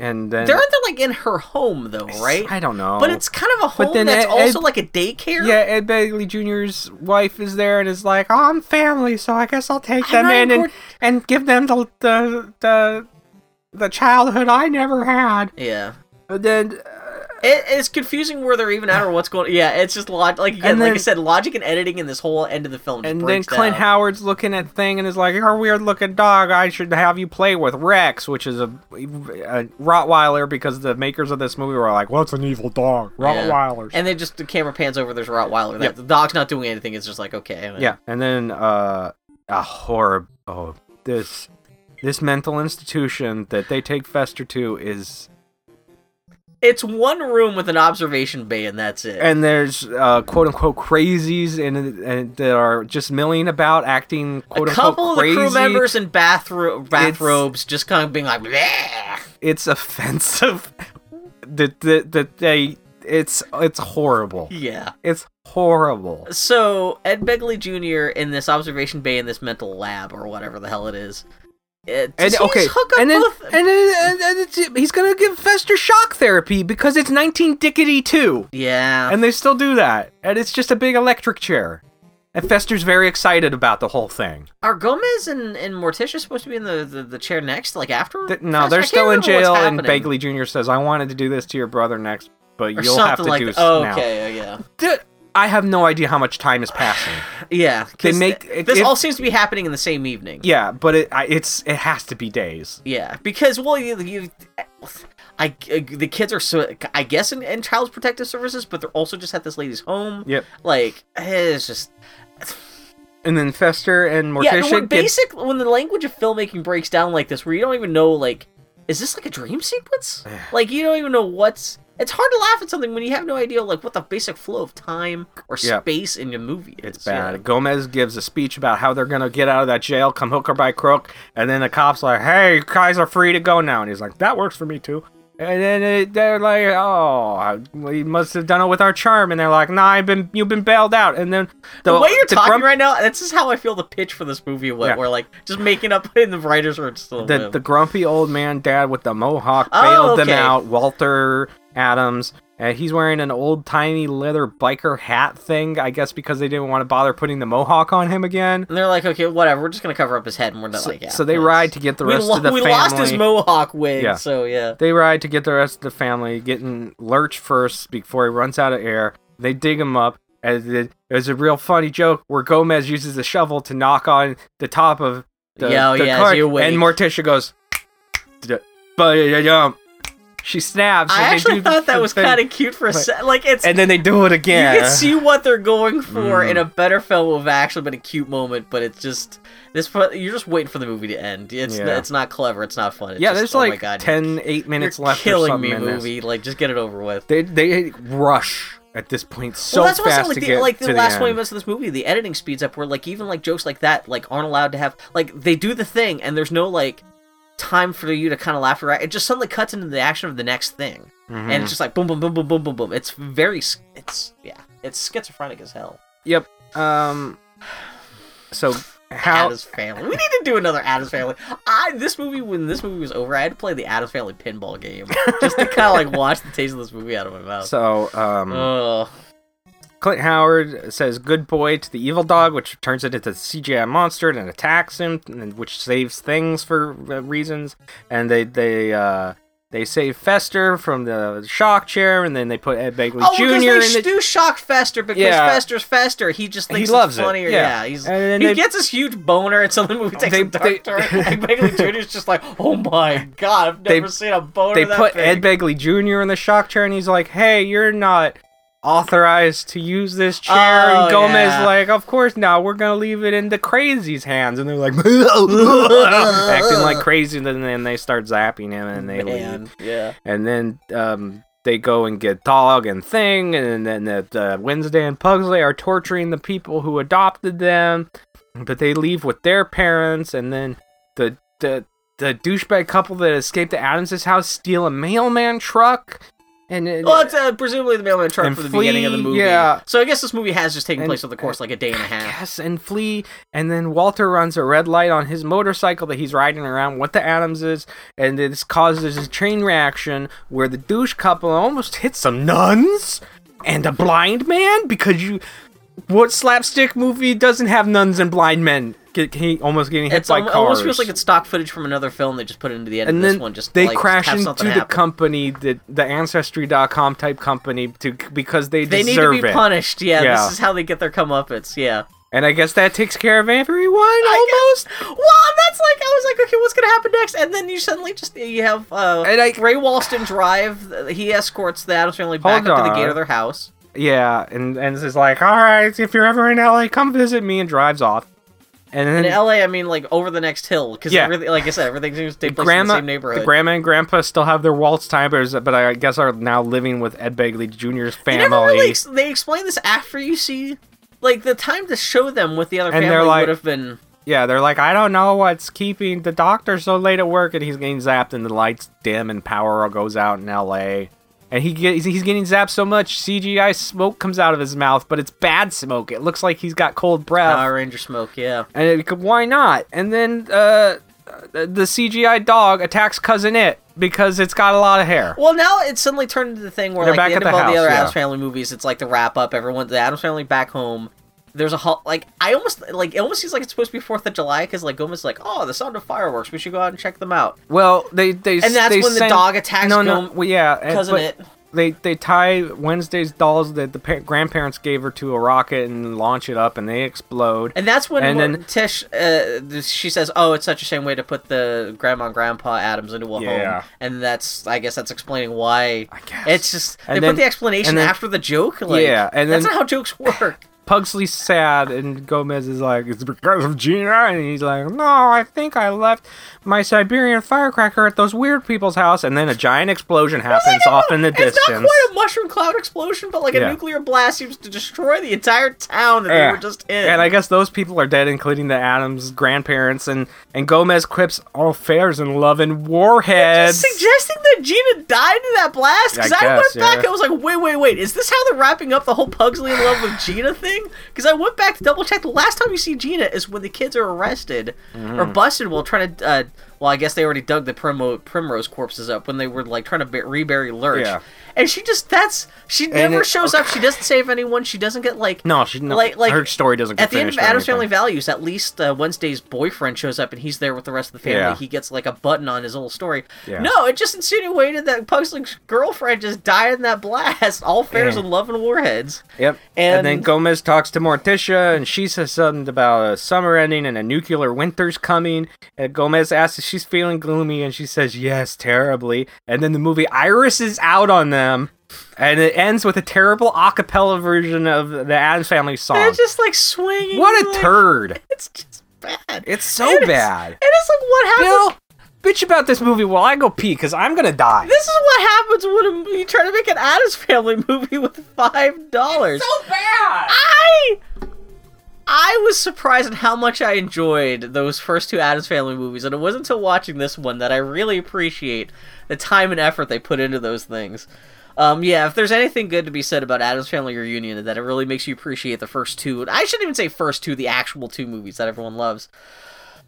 and then
They're they're like in her home though, right?
I don't know,
But it's kind of a
But
home
then
that's
Ed-
also
Ed-
like a daycare.
yeah. Ed Begley Jr.'s wife is there and is like, "Oh, I'm family, so I guess I'll take them
I'm not
in and,
good."
and give them the the the the childhood I never had."
Yeah.
But then
It, it's confusing where they're even at or what's going. Yeah, it's just log- like again,
And
like I
then-
said, logic and editing in this whole end of the film. Just
and then
breaks
Clint
down.
Howard's looking at thing and is like, "You're a weird looking dog. I should have you play with Rex, which is a, a Rottweiler, because the makers of this movie were like, what's an evil dog?
Yeah.
Rottweilers."
And then just the camera pans over. There's a Rottweiler. That, The dog's not doing anything. It's just like okay.
Yeah, and then uh, a horror. Oh, this this mental institution that they take Fester to is,
It's one room with an observation bay, and that's it.
and there's uh, quote unquote crazies and, and that are just milling about acting quote
a couple
unquote
of the
crazy.
crew members in bathro- bathrobes just kind of being like, "Bleh."
It's offensive. (laughs) that that that they. It's it's horrible.
yeah.
It's horrible.
So Ed Begley Jr. in this observation bay in this mental lab or whatever the hell it is. It,
And
does he
okay,
just hook up
and then,
both?
and then and, and it's, he's gonna give Fester shock therapy because it's 19 Dickety 2.
yeah.
and they still do that. And it's just a big electric chair. And Fester's very excited about the whole thing.
Are Gomez and, and Morticia supposed to be in the, the, the chair next? Like after?
Th-
Fast-
no,
I
they're
can't
still in
remember what's
jail, and
happening.
Begley Jr. says, I wanted to do this to your brother next, but
Or
you'll
something
have to
like
do
that.
this
Oh,
now.
okay, yeah.
Th- I have no idea how much time is passing.
Yeah, 'cause
make-
th-
it-
this
it-
all seems to be happening in the same evening.
yeah, but it I, it's it has to be days.
Yeah, because well, you, you I, uh, the kids are so I guess in, in child protective services, but they're also just at this lady's home.
Yep.
Like it's just
And then Fester and
yeah. and
Morticia
When
get-
basic when the language of filmmaking breaks down like this, where you don't even know like is this like a
(sighs)
dream sequence? like you don't even know what's. It's hard to laugh at something when you have no idea like what the basic flow of time or
Yep.
space in your movie is.
It's bad.
yeah.
Gomez gives a speech about how they're gonna get out of that jail, come hooker by crook, and then the cops like, "Hey, you guys are free to go now," and he's like, "That works for me too." And then it, they're like, "Oh, I- we must have done it with our charm," and they're like, "Nah, I've been you've been bailed out." And then
The way you're
the
talking
grump-
right now, that's just how I feel the pitch for this movie
Yeah.
went. We're like just making up (laughs) in the writers' room. Still
the, the grumpy old man dad with the mohawk
Oh,
bailed them
okay.
out, Walter Adams. And he's wearing an old tiny leather biker hat thing, I guess because they didn't want to bother putting the mohawk on him again.
And they're like, okay, whatever. We're just gonna cover up his head, and we're not
So,
like. Yeah,
so they
let's-
ride to get the
we
rest
lo-
of the
we
family.
lost his mohawk wig,
Yeah.
so yeah.
They ride to get the rest of the family, getting Lurch first before he runs out of air. They dig him up. And it, there's a real funny joke where Gomez uses a shovel to knock on the top of the,
Yeah, oh
the
yeah, as
cart,
you wait.
and Morticia goes, "Ba-da-da-dum." She snaps.
I
and they
actually
do the-
thought that
the
was
thing.
kind of cute for a sec. Like it's
And then they do it again.
you can see what they're going for
Mm.
in a better film would have actually been a cute moment, but it's just this. part- You're just waiting for the movie to end. It's
Yeah.
it's not clever. It's not fun. It's
yeah,
just,
there's
oh my
like
God,
10, 8
you're
minutes left. or
Killing
something
me,
in this.
movie. Like just get it over with.
They they rush at this point so
well, that's what I'm
fast
saying. Like
to
the,
get
like the
to
last
the
twenty
end.
minutes of this movie, the editing speeds up. Where like even like jokes like that like aren't allowed to have like they do the thing and there's no like time for you to kind of laugh or it just suddenly cuts into the action of the next thing
Mm-hmm.
and it's just like boom boom boom boom boom boom boom. It's very s- it's yeah it's schizophrenic as hell.
Yep. Um. So how?
Addams Family. We need to do another Addams Family. I this movie when this movie was over, I had to play the Addams Family pinball game just to kind
(laughs)
of like watch the taste of this movie out of my mouth.
So um.
Ugh. Oh,
Clint Howard says "good boy" to the evil dog, which turns it into a CGI monster and attacks him, and which saves things for uh, reasons. And they they uh, they save Fester from the shock chair, and then they put Ed Begley
Oh, because
Jr. in
they
the
do shock Fester because
Yeah.
Fester's Fester. He just
He
thinks
loves it,
it's funnier.
yeah.
Yeah, he's,
And then
he
they-
gets this huge boner, and so the movie takes
They-
a dark
they- (laughs)
turn. And Begley Jr.'s just like, "Oh my god, I've
They-
never seen a boner."
they
that
put
big.
Ed Begley Jr. in the shock chair, and he's like, "Hey, you're not authorized to use this chair."
Oh,
and Gomez
yeah.
like, "Of course not. We're gonna leave it in the crazy's hands." And they're
(laughs)
like, (laughs) acting like crazy, and then- then they start zapping him, and they leave.
Man, yeah.
And then um, they go and get Dog and Thing, and then that uh, Wednesday and Pugsley are torturing the people who adopted them, but they leave with their parents, and then the the the douchebag couple that escaped the Adams' house steal a mailman truck, and it,
Well, it's uh, presumably the mailman truck
And
for the beginning of the
Flea,
movie.
yeah.
So I guess this movie has just taken
And-
place over the course of, like a day and a half.
yes, and flee. And then Walter runs a red light on his motorcycle that he's riding around with the Adamses, and this causes a chain reaction where the douche couple almost hit some nuns and a blind man because you. What slapstick movie doesn't have nuns and blind men? Get, he almost getting hit
It's
by
almo-
cars.
almost feels like it's stock footage from another film they just put it into the end
and
of this
then
one. Just
they
like,
crash
have
into
something
the
happen.
company, the, the ancestry.com type company, to because they
They
deserve
need to be
it.
punished. Yeah,
Yeah.
this is how they get their comeuppance. Yeah.
And I guess that takes care of everyone
I
almost.
guess- Well, that's like I was like, okay, what's gonna happen next? And then you suddenly just you have uh,
And I-
Ray Walston drive. He escorts the Adams family back
Hold
up to the
on.
gate of their house.
Yeah, and and this is like, all right, if you're ever in LA, come visit me, and drives off. And then
And in L.A., I mean, like over the next hill, because
Yeah.
everything, like I said, everything seems to take place in the
grandma,
same neighborhood.
the grandma and grandpa still have their waltz time, but, is- but I guess are now living with Ed Begley Jr.'s
They
family.
never really ex- they explain this after you see, like the time to show them with the other
And they're
family
like-
would have been.
yeah, they're like, I don't know what's keeping the doctor so late at work, and he's getting zapped, and the lights dim, and power goes out in L.A. And he gets, he's getting zapped so much CGI smoke comes out of his mouth, but it's bad smoke. It looks like he's got cold breath.
Power Ranger smoke, yeah.
And it, could- why not? And then uh, the CGI dog attacks cousin it because it's got a lot of hair.
Well, now it's suddenly turned into the thing where
They're back
like the end
at
of
the
all
house,
the other
yeah.
Adams Family movies, it's like the wrap up. Everyone, the Adams Family back home. There's a ho- like I almost like it almost seems like it's supposed to be Fourth of July because like Gomez's like, oh, the sound of fireworks. We should go out and check them out.
Well, they they
And that's
they
when the
send-
dog attacks
No, no,
Gom-
well, yeah, and-
Cousin
but
it.
They they tie Wednesday's dolls that the pa- grandparents gave her to a rocket and launch it up, and they explode.
And that's when
And
when
then-
Tish, uh, th- she says, "Oh, it's such a shame way to put the grandma and grandpa Adams into a
Yeah.
home." And that's, I guess, that's explaining why. I
guess.
it's just
And
they
then-
put the explanation
and then-
after the joke. Like,
Yeah, and
that's
then-
not how jokes work.
Pugsley's sad, and Gomez is like, "It's because of Gina," and he's like, "No, I think I left my Siberian firecracker at those weird people's house." And then a giant explosion happens off in the
Oh it's
distance.
not quite a mushroom cloud explosion, but like a
Yeah.
nuclear blast seems to destroy the entire town that they
Yeah.
were just in.
And I guess those people are dead, including the Adams grandparents. And, and Gomez quips, all fair's in love and warheads.
suggesting that Gina died in that blast? Because
I
I,
guess,
went back,
yeah.
I was like, wait, wait, wait, is this how they're wrapping up the whole Pugsley in love with Gina thing? Because I went back to double check. The last time you see Gina is when the kids are arrested
Mm-hmm.
or busted while trying to. Uh, well, I guess they already dug the Primo, Primrose corpses up when they were like trying to ba- rebury Lurch.
Yeah.
And she just that's she never
it-
shows up. She doesn't save anyone. She doesn't get like
No, she- no,
like like
her story doesn't get
at the end of
finished or
Adam's Family
anything.
Values. At least uh, Wednesday's boyfriend shows up and he's there with the rest of the family.
Yeah.
He gets like a button on his whole story.
Yeah.
No, it just insinuated that Pugsley's girlfriend just died in that blast. All fairs
Yeah.
and love and warheads.
Yep. And,
And-
then Gomez talks to Morticia, and she says something about a summer ending and a nuclear winter's coming. And Gomez asks if she's feeling gloomy and she says yes terribly and then the movie iris is out on them and it ends with a terrible a cappella version of the adams family
They're
song
just like swinging.
what a
like,
turd
(laughs) It's just bad.
it's so
And
bad
And it's like what happens.
bill bitch about this movie while i go pee because i'm gonna die
This is what happens when a- you try to make an Addams Family movie with five dollars. So bad. I I was surprised at how much I enjoyed those first two Addams Family movies, and it wasn't until watching this one that I really appreciate the time and effort they put into those things. Um, yeah, if there's anything good to be said about Adam's Family Reunion, that it really makes you appreciate the first two. I shouldn't even say first two, the actual two movies that everyone loves.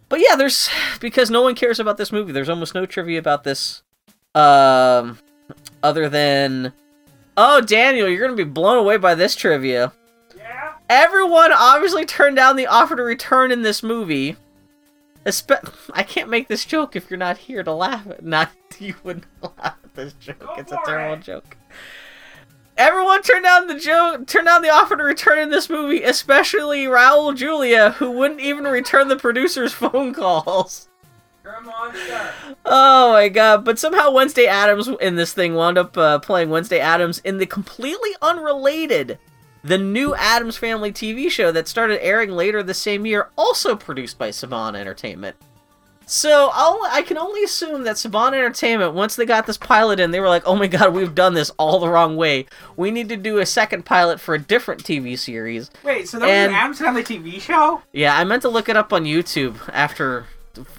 But yeah, there's because no one cares about this movie. There's almost no trivia about this um, other than, oh Daniel, you're gonna be blown away by this trivia. Yeah. Everyone obviously turned down the offer to return in this movie. Espe- (laughs) I can't make this joke if you're not here to laugh. At. Not (laughs) you wouldn't laugh at this joke. it's a terrible joke. Everyone turned down the joke. Turned down the offer to return in this movie, especially Raul Julia, who wouldn't even return the producer's (laughs) phone calls. Oh my god! But somehow Wednesday Adams in this thing wound up uh, playing Wednesday Adams in the completely unrelated, the new Adams Family TV show that started airing later the same year, also produced by Saban Entertainment. So I'll, I can only assume that Saban Entertainment, once they got this pilot in, they were like, "Oh my god, we've done this all the wrong way. We need to do a second pilot for a different TV series."
wait so
that was an And-
adams family tv show
Yeah, I meant to look it up on YouTube after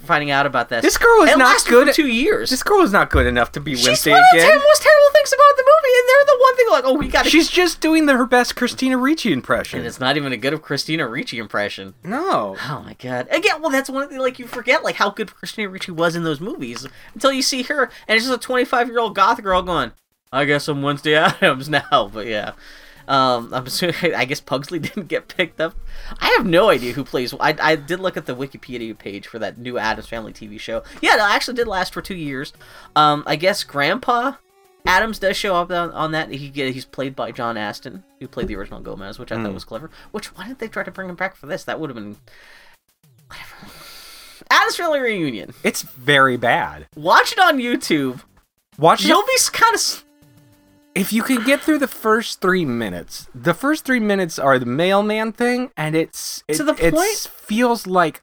finding out about this.
This girl is
It
not
lasted
good
for
at-
two years.
this girl is not good enough to be
She's
wednesday
one of the
again
ten most terrible things about the movie, and they're the one thing like, oh, we got.
She's just doing the, her best Christina Ricci impression.
and it's not even a good of Christina Ricci impression.
no,
Oh my god! Again, well, that's one of the like you forget like how good Christina Ricci was in those movies until you see her, and it's just a twenty-five-year-old goth girl going, "I guess I'm Wednesday (laughs) Adams now." But yeah, um, I'm assuming (laughs) I guess Pugsley didn't get picked up. I have no idea who plays. I, I did look at the Wikipedia page for that new Adams Family TV show. Yeah, that actually did last for two years. Um, I guess Grandpa Adams does show up on, on that. He get- he's played by John Aston, who played the original Gomez, which I thought was clever. Which why didn't they try to bring him back for this? That would have been whatever. Adams Family reunion.
it's very bad.
Watch it on YouTube.
Watch
You'll
it.
be kind of
If you can get through the first three minutes, the first three minutes are the mailman thing, and it's it,
To the
it's-
point-
feels like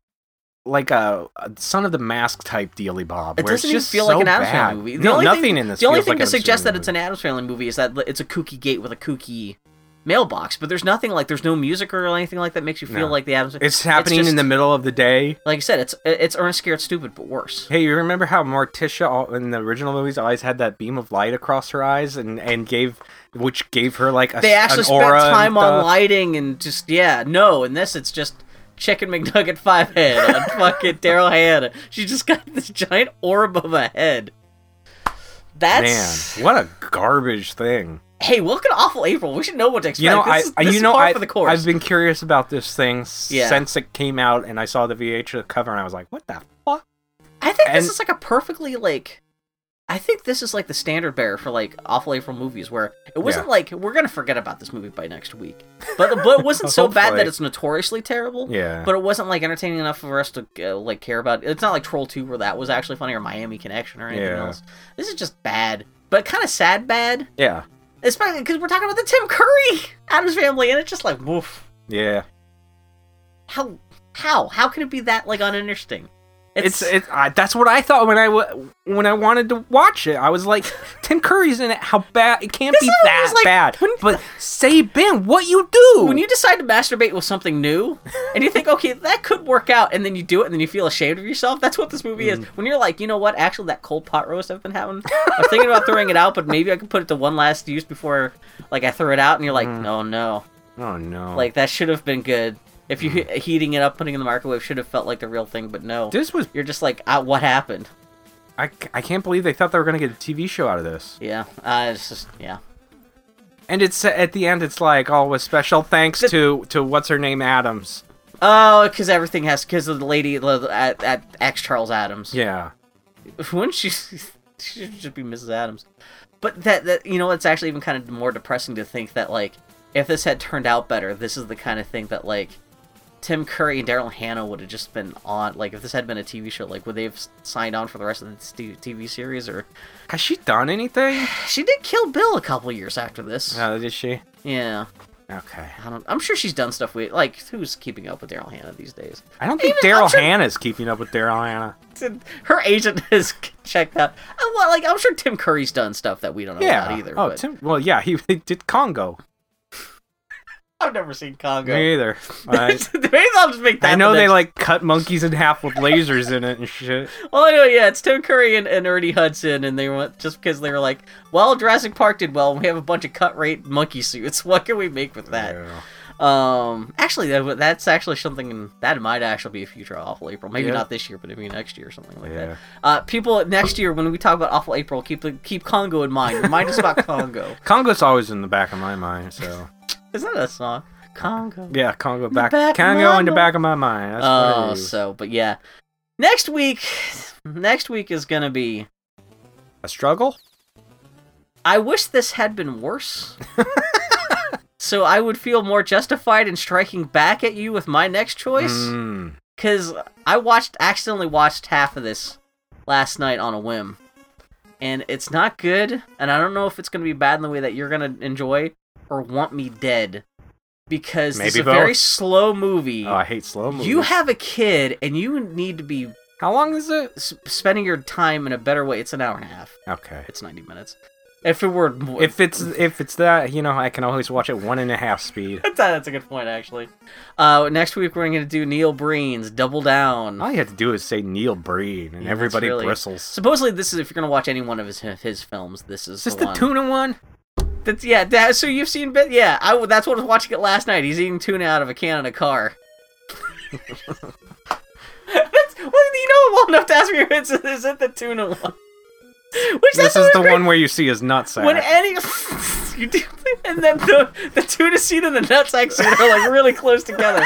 like a, a son of the mask type dealy bob.
It
where it's
doesn't even
just
feel
so
like an Adams
bad.
Family movie.
No, nothing
thing,
in this.
The only
feels
thing
like
to
an
suggest that
Adams
it's an Adams Family movie is that it's a kooky gate with a kooky mailbox, but there's nothing like there's no music or anything like that makes you
No.
feel like the Adams. (laughs)
Family. It's happening in
just-
the middle of the day.
Like I said, it's it's Ernest Scared Stupid, but worse.
Hey, you remember how Morticia al- in the original movies always had that beam of light across her eyes, and and gave which gave her like a
they
s-
actually
an
spent
aura and
time on
stuff?
lighting and just yeah no in this it's just chicken mcnugget five head
(laughs)
on fucking daryl hannah she just got this giant orb of a head
Man,
that's
what a garbage thing.
hey look at awful april we should know what to expect
You know,
this
I,
is, this
you
is
know,
par
I,
for the course
I've been curious about this thing s-
Yeah.
since it came out, and I saw the VHS cover, and I was like, "What the fuck?"
I think
And-
this is like a perfectly like. I think this is like the standard bearer for like awful April movies, where it wasn't
Yeah.
like we're gonna forget about this movie by next week, but but it wasn't so bad that
Hopefully.
it's notoriously terrible.
Yeah.
But it wasn't like entertaining enough for us to uh, like care about. It's not like Troll Two where that was actually funny or Miami Connection or anything
Yeah.
else. This is just bad, but kind of sad bad,
Yeah,
especially because we're talking about the Tim Curry (laughs) Adams Family, and it's just like woof.
yeah.
How how how can it be that like uninteresting?
It's it's I, that's what I thought when I w- when I wanted to watch it. I was
(laughs)
like, "Tim Curry's in it. How bad? It can't
This
be
is what I
that
was like,
bad."
when-
but say, Ben, what you do
when you decide to masturbate with something new and you think okay that could work out and then you do it and then you feel ashamed of yourself that's what this movie
Mm.
is when you're like you know what actually that cold pot roast i've been having i'm thinking about throwing it out but maybe i can put it to one last use before like i throw it out and you're like no no
Mm. Oh Mm. no!
like that should have been good if you he- heating it up putting it in the microwave should have felt like the real thing but no
this was
you're just like ah, what happened
I, c- I can't believe they thought they were gonna get a TV show out of this.
yeah uh, it's just yeah
And it's at the end, it's like, oh, with special thanks
The-
to to what's her name Adams.
oh because everything has because of the lady the- at, at ex charles adams
Yeah,
(laughs) wouldn't she (laughs) she should just be Mrs. Adams. But that that you know, it's actually even kind of more depressing to think that like if this had turned out better, this is the kind of thing that like Tim Curry and Daryl Hannah would have just been on. Like, if this had been a TV show, like, would they have s- signed on for the rest of the t- TV series? Or (sighs)
Has she done anything?
she did kill Bill a couple years after this.
No, did she?
yeah,
Okay.
I don't. I'm sure she's done stuff with like who's keeping up with Daryl Hannah these days.
I don't think
Even- I'm
Daryl
sure-
Hannah's keeping up with Daryl Hannah.
And her agent (laughs) has checked out. I want, like, I'm sure Tim Curry's done stuff that we don't know
Yeah.
about either.
oh,
but
Tim. Well, yeah, he he did Congo.
I've never seen Congo. (laughs)
Me either. I,
Maybe I'll just make that.
I know
the
they
next-
like cut monkeys in half with lasers in it and shit.
Well, anyway, yeah, it's Tim Curry and, and Ernie Hudson, and they went just because they were like, "Well, Jurassic Park did well. and We have a bunch of cut rate monkey suits. (laughs) What can we make with that?" Um, actually, that, would- that's actually something that might actually be a future awful April. Maybe
Yeah.
not this year, but maybe next year or something like
Yeah.
that. Uh, people next year when we talk about awful April, keep the- keep Congo in mind. Remind
(laughs)
us about Congo.
Congo's always in the back of my mind. So
Is that a song? Congo.
yeah, Congo back.
back of
Congo
my
in the
mind.
back of my mind. That's what
Oh,
it is.
so but yeah, next week, next week is gonna be.
a struggle.
I wish this had
(laughs)
been worse. so I would feel more justified in striking back at you with my next choice.
Mm.
Because I watched, accidentally watched half of this last night on a whim. And it's not good. And I don't know if it's going to be bad in the way that you're going to enjoy or want me dead. Because it's
Maybe
a very
both.
slow movie.
Oh, I hate slow movies.
you have a kid and you need to be
how long is it?
s- spending your time in a better way. It's an hour and a half.
Okay.
It's 90 minutes. If it were more,
If it's if it's that, you know, I can always watch it one and a half speed.
(laughs) That's a, that's a good point, actually. Uh, next week we're going to do Neil Breen's Double Down.
All you have to do is say Neil Breen, and
Yeah, that's
everybody
really-
bristles.
Supposedly, this is if you're going to watch any one of his his films. This is
Is this
the,
the
one.
tuna one?
That's yeah. That, so you've seen bit. Yeah, I w- that's what I was watching it last night. He's eating tuna out of a can in a car. (laughs) that's, well, you know well enough to ask me (laughs) if it's is it the tuna one. Which
This
that's
is
always
the
great.
one where you see his nutsack.
When e- any (laughs) you do, and then the the tuna scene and the nutsack scene are like really close
(laughs)
together.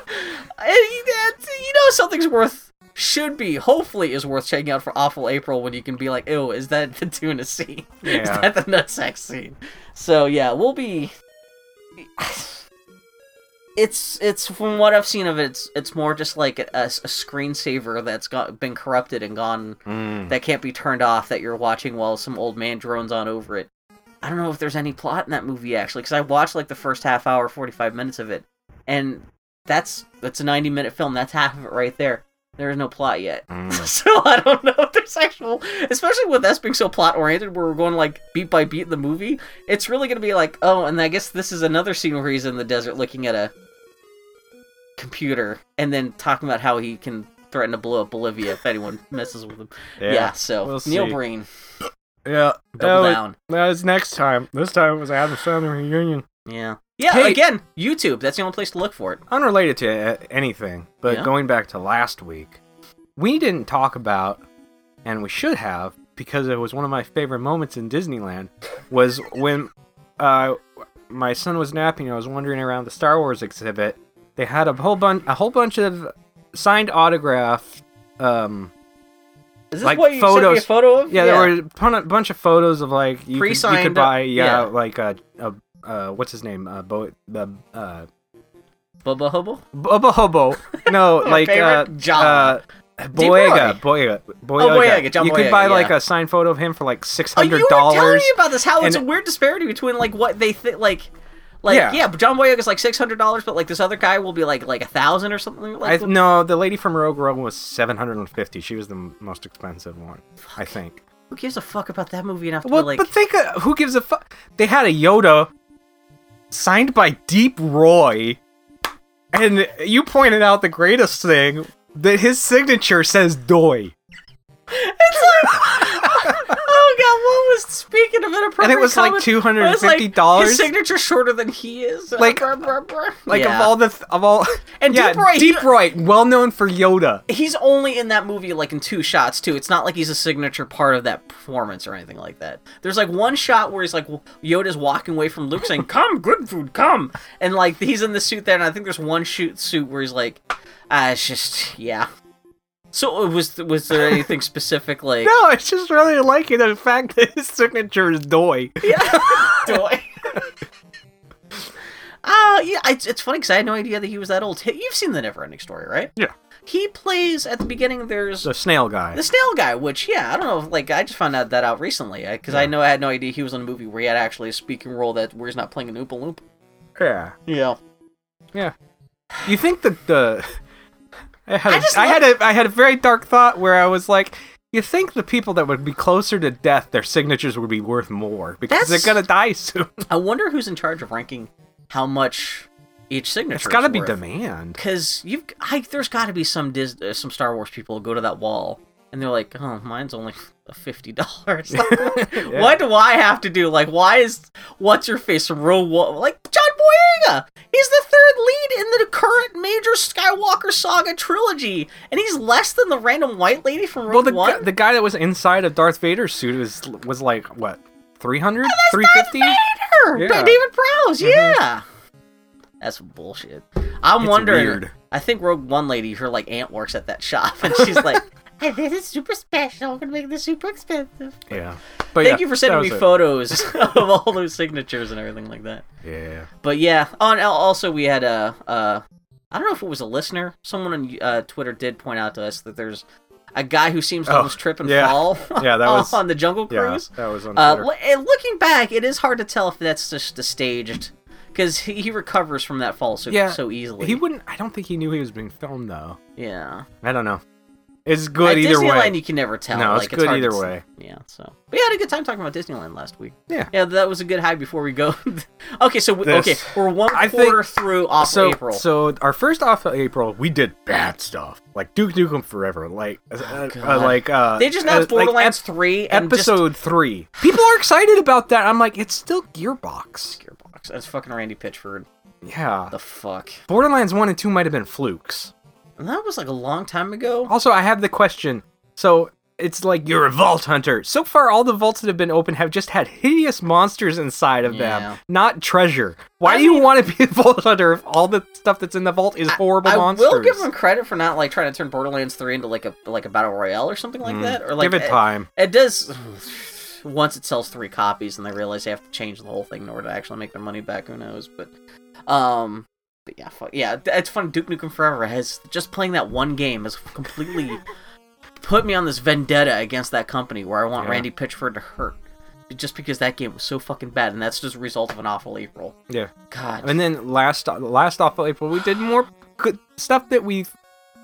And you that's- you know something's worth should be hopefully is worth checking out for awful April when you can be like, ew, is that (laughs) the tuna scene? Is
Yeah.
that the nutsack scene? So yeah, we'll be. It's it's from what I've seen of it, it's it's more just like a, a screensaver that's got been corrupted and gone
Mm.
that can't be turned off that you're watching while some old man drones on over it. I don't know if there's any plot in that movie actually, because I watched like the first half hour, 45 minutes of it, and that's that's a 90 minute film. That's half of it right there. There is no plot yet, (laughs)
Mm.
so I don't know if there's actual. Especially with us being so plot oriented, where we're going like beat by beat in the movie, it's really gonna be like, oh, and I guess this is another scene where he's in the desert looking at a computer, and then talking about how he can threaten to blow up Bolivia if anyone (laughs) messes with him. Yeah, so
we'll
Neil
see.
Breen,
Yeah. That
double
was,
down.
that was next time. This time it was Adam's Family Reunion.
Yeah. Yeah,
Hey-
again, YouTube. That's the only place to look for it.
Unrelated to uh, anything, but
Yeah.
going back to last week, we didn't talk about, and we should have, because it was one of my favorite moments in Disneyland, was when uh, my son was napping. I was wandering around the Star Wars exhibit. They had a whole bunch, a whole bunch of signed autograph. Um,
Is this
Like
what you sent me a
photos.
photo of?
Yeah, there were a ton- a bunch of photos of like you, could, you could
Pre-signed,
buy. Yeah,
yeah.
like a, a uh, what's his name? Uh, Bo the uh,
Bubba Hubble.
Bubba (laughs) Hobo. No, like uh,
favorite, John.
uh, Boyega,
Boy.
Boyega, Oh, Boyega.
Boyega, John
you could
Boyega,
buy like
yeah.
a signed photo of him for like six
Oh, you
hundred
were telling
dollars.
me about this. How it's a
and-
weird disparity between like what they think, like, like
Yeah.
yeah. but John Boyega's like six hundred dollars, but like this other guy will be like like a thousand or something.
I,
Like, that.
no, the lady from Rogue One was seven hundred and fifty. She was the m- most expensive one, I think.
who gives a fuck about that movie enough to be
Well,
like?
but think uh, who gives a fuck? They had a Yoda signed by Deep Roy, and you pointed out the greatest thing that his signature says "Doy,"
(laughs) oh god, what was speaking of inappropriate?
And it was, like,
comments,
$250
it was, like, His signature shorter than he is. (laughs)
Like-
Brr, brr, brr.
like of
Yeah.
all the th- of all. (laughs)
And
yeah,
Deep Roy, he-
Deep Roy, well known for Yoda.
he's only in that movie like in two shots too. It's not like he's a signature part of that performance or anything like that. There's like one shot where he's like Yoda's walking away from Luke saying, "Come, good food, come," and like he's in the suit there. And I think there's one shoot suit where he's like, "Ah, it's just yeah." So it was was there anything specific like
No, it's just really liking the
(laughs)
fact that his signature is Doy.
Doy? Uh, yeah, it's, it's funny because I had no idea that he was that old. He- You've seen the Neverending Story, right?
Yeah.
He plays at the beginning. There's
The snail guy.
the snail guy, which yeah, I don't know. if, Like I just found out that out recently because I know I had no idea he was in a movie where he had actually a speaking role that where he's not playing an Oompa Loompa.
Yeah.
Yeah.
Yeah. You think that the (laughs) I had a,
I just
I had a I had a very dark thought where I was like, you think the people that would be closer to death, their signatures would be worth more because
That's-
they're gonna die soon. (laughs)
I wonder who's in charge of ranking how much each signature.
It's gotta
is
be
worth.
demand.
Because you've, I, there's got to be some Dis, uh, some Star Wars people who go to that wall and they're like, oh, mine's only a fifty dollars. (laughs)
(laughs)
What do I have to do? Like, why is what's your face from row one? Like John Boyega, he's the third lead in the current major Skywalker saga trilogy, and he's less than the random white lady from row
Well, the gu-
one.
the guy that was inside of Darth Vader's suit was was like what 300? 350?
Oh, Vader,
Yeah. Mm-hmm.
David Prowse, yeah. That's bullshit. I'm
It's
wondering.
weird.
I think Rogue One lady, her like aunt works at that shop, (laughs) and she's like,
Hey, this is super special. I'm gonna make this super expensive.
Yeah. But
"Thank
yeah,
you for
that
sending me
was it. (laughs)
photos of all those signatures and everything like that."
Yeah.
But yeah, on al- also we had a, uh, I don't know if it was a listener. Someone on uh, Twitter did point out to us that there's a guy who seems to
Oh,
almost trip and
yeah.
fall.
(laughs) Yeah, that was-
(laughs) on the Jungle
Yeah,
Cruise.
that was on
Uh,
Twitter.
lo- and looking back, it is hard to tell if that's just a staged, because he, he recovers from that fall so
Yeah.
so easily.
He wouldn't. I don't think he knew he was being filmed though.
yeah.
I don't know. It's good
At
either
Disneyland,
way.
you can never tell.
No, it's
like,
good
hard to
either
s-
way.
Yeah. So, but yeah, I had a good time talking about Disneyland last week.
Yeah.
Yeah, that was a good high before we go. (laughs) okay, so we,
This-
okay, we're one
I think-
quarter through off
so,
April.
So our first off of April, we did bad stuff like Duke Nukem Forever, like uh, uh,
Oh, God.
like uh,
They just
uh,
announced
like,
Borderlands
ep-
3 and just-
episode three. People are excited about that. I'm like, it's still Gearbox.
Gearbox. That's fucking Randy Pitchford.
Yeah,
The fuck.
Borderlands one and two might have been flukes.
And that was like a long time ago.
Also, I have the question. So it's like you're a vault hunter. So far, all the vaults that have been open have just had hideous monsters inside of
Yeah.
them, not treasure. Why
I
do you
mean-
want to be a vault hunter if all the stuff that's in the vault is horrible
I
monsters?
will give them credit for not like trying to turn Borderlands 3 into like a like a battle royale or something like that. Or like
Mm.
eh,
Give it time.
It does. Once it sells three copies and they realize they have to change the whole thing in order to actually make their money back, who knows? But, um, but yeah, fuck, yeah, th- it's fun. Duke Nukem Forever has just playing that one game has completely (laughs) put me on this vendetta against that company where I want
Yeah.
Randy Pitchford to hurt just because that game was so fucking bad, and that's just a result of an awful April.
Yeah.
God,
And then last last off of April, we did more good stuff that we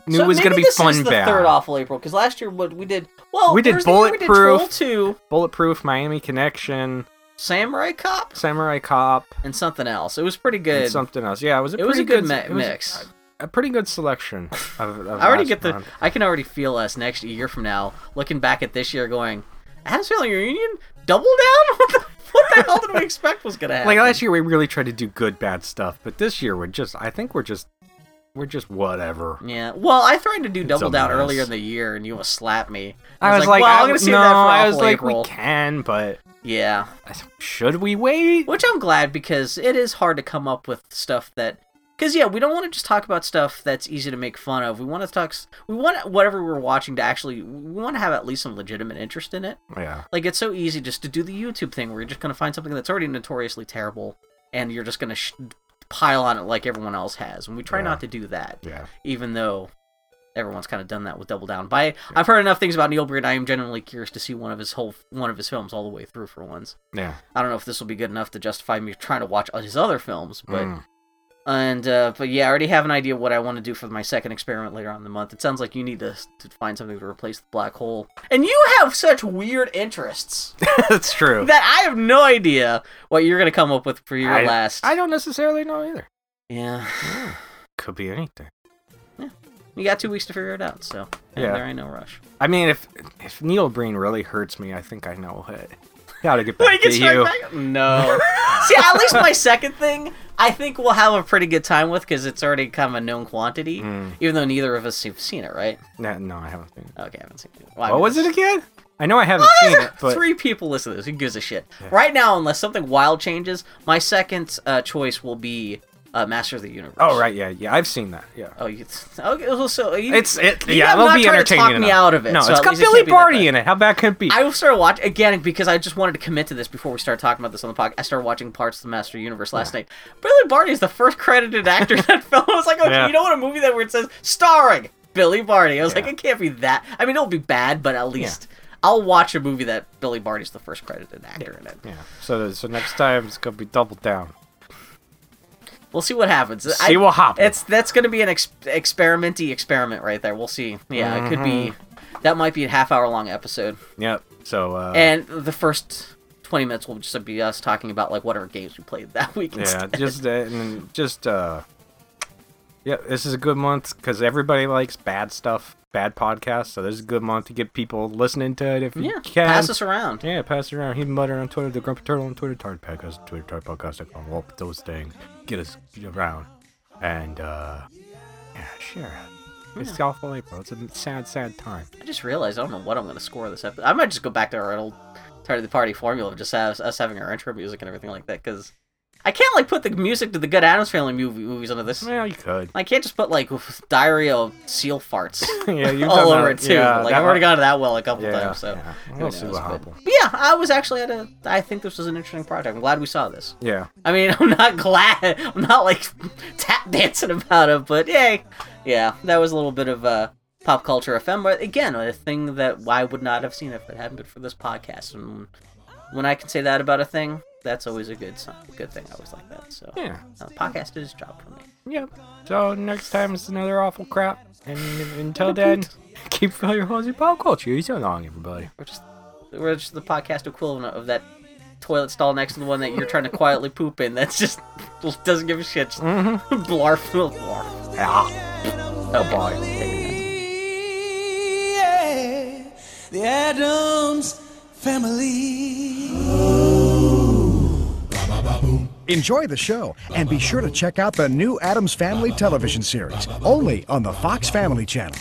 knew
So
was
maybe
going to be
this
fun.
is the
bad.
third awful April because last year what we did well
We did
there was the year
Bulletproof.
we did Troll two
Bulletproof, Miami Connection,
Samurai Cop
Samurai Cop,
and something else. It was pretty good.
and something else. Yeah, it was a
It was
pretty
a good mi-
it was
mix.
A, a pretty good selection. Of, of
I already
last
get the.
month.
I can already feel us next year from now, looking back at this year, going, Adam's Family Reunion, double down. (laughs) What the, what the hell did we expect was gonna happen?
Like last year, we really tried to do good bad stuff, but this year we're just. I think we're just. We're just whatever.
Yeah. Well, I tried to do double
a
down
mess.
earlier in the year, and you almost slapped me.
I was like,
well, I'm
I-
gonna save
no,
that for
I was
awful
like,
April.
we can, but
Yeah.
should we wait? (laughs)
Which I'm glad because it is hard to come up with stuff that because yeah, we don't want to just talk about stuff that's easy to make fun of. We want to talk. s- We want whatever we're watching to actually. We want to have at least some legitimate interest in it.
Yeah.
Like it's so easy just to do the YouTube thing where you're just gonna find something that's already notoriously terrible, and you're just gonna sh- pile on it like everyone else has. And we try
Yeah.
not to do that,
Yeah.
even though everyone's kind of done that with Double Down. By I've heard enough things about Neil Breen. I am genuinely curious to see one of his whole one of his films all the way through for once.
Yeah.
I don't know if this will be good enough to justify me trying to watch all his other films, but
Mm.
and uh, but yeah, I already have an idea what I want to do for my second experiment later on in the month. It sounds like you need to, to find something to replace the black hole, and you have such weird interests
that's true.
(laughs) that I have no idea what you're gonna come up with for your
I,
last.
I don't necessarily know either.
yeah, (laughs)
Could be anything.
you got two weeks to figure it out, so and
Yeah.
there ain't no rush.
I mean, if if Neil Breen really hurts me, I think I know it. Gotta
(laughs)
get back
Like,
to
it's right
you. (laughs)
back- No. See, at least my second thing, I think we'll have a pretty good time with because it's already kind of a known quantity,
Hmm.
even though neither of us have seen it, right?
No, no, I haven't seen it.
Okay, I haven't seen it. Well, I
What
mean,
was it
it's-
again? I know I haven't
Well,
seen
there's
it, (laughs) but
Three people listen to this. Who gives a shit? Right now, unless something wild changes, my second uh, choice will be uh, Master of the Universe.
Oh right, yeah, yeah. I've seen that. Yeah.
Oh, you, okay. well, So you,
It's it.
you
Yeah,
have
it'll
not
be
tried to
entertaining.
talk me
enough.
out of it,
No,
so
it's
at
got
least it
Billy
can't be that
Barty
bad.
in it. How bad can it be?
I will start watching again because I just wanted to commit to this before we started talking about this on the podcast. I started watching parts of the Master Universe last night. Billy Barty is the first credited actor in that (laughs) film. I was like, okay,
Yeah.
you know what a movie that where it says starring Billy Barty. I was like, it can't be that. I mean, it'll be bad, but at least I'll watch a movie that Billy Barty's the first credited actor in it.
yeah. So so next time it's gonna be double down.
We'll see what happens.
See what happens.
It's that's going to be an ex- experimenty experiment right there. We'll see. Yeah, it could be.
Mm-hmm.
That might be a half hour long episode.
Yep. So uh,
And the first 20 minutes will just be us talking about like whatever games we played that week.
yeah,
instead.
just uh, and just uh, yeah. This is a good month because everybody likes bad stuff, bad podcasts. So this is a good month to get people listening to it if you
(laughs) yeah.
can.
Pass us around.
Yeah, pass it around. He mutter on Twitter, the Grumpy Turtle on Twitter, Tard Podcast, Twitter, Tard Podcast, on all those things. Get us around. And, uh, yeah, sure. It's awful April. It's a sad, sad time.
I just realized I don't know what I'm going to score this episode. I might just go back to our old Tired of the Party formula of just us, us having our intro music and everything like that because I can't like put the music to the Good Adams Family movie, movies under this.
Well, you could. (laughs)
I can't just put like diarrhea of seal farts
Yeah, you've done
all over
that-
it too.
yeah,
Oh, like
that
I've already
one-
gone to that well a couple
Yeah,
times, so
yeah.
who
We'll see
knows,
what
but-
happens.
but yeah, I was actually at a. I think this was an interesting project. I'm glad we saw this.
Yeah.
I mean, (laughs) I'm not glad. I'm not like (laughs) tap dancing about it, but yay. Yeah, that was a little bit of uh, pop culture ephemera. Again, a thing that I would not have seen if it hadn't been for this podcast. And when I can say that about a thing, that's always a good sign, good thing. I always like that. So
Yeah.
uh, podcast did its job for me.
Yep. So next time it's another awful crap. And until then, keep filling your holes with pop culture. You're so long, everybody.
We're just we're just the podcast equivalent of that toilet stall next to the one that you're trying to quietly poop in. That's just (laughs) doesn't give a shit. Just (laughs) blarf, blarf. Mm-hmm. Ah. Oh boy.
Yeah, the Adams family.
Enjoy the show and be sure to check out the new Adams Family television series only on the Fox Family Channel.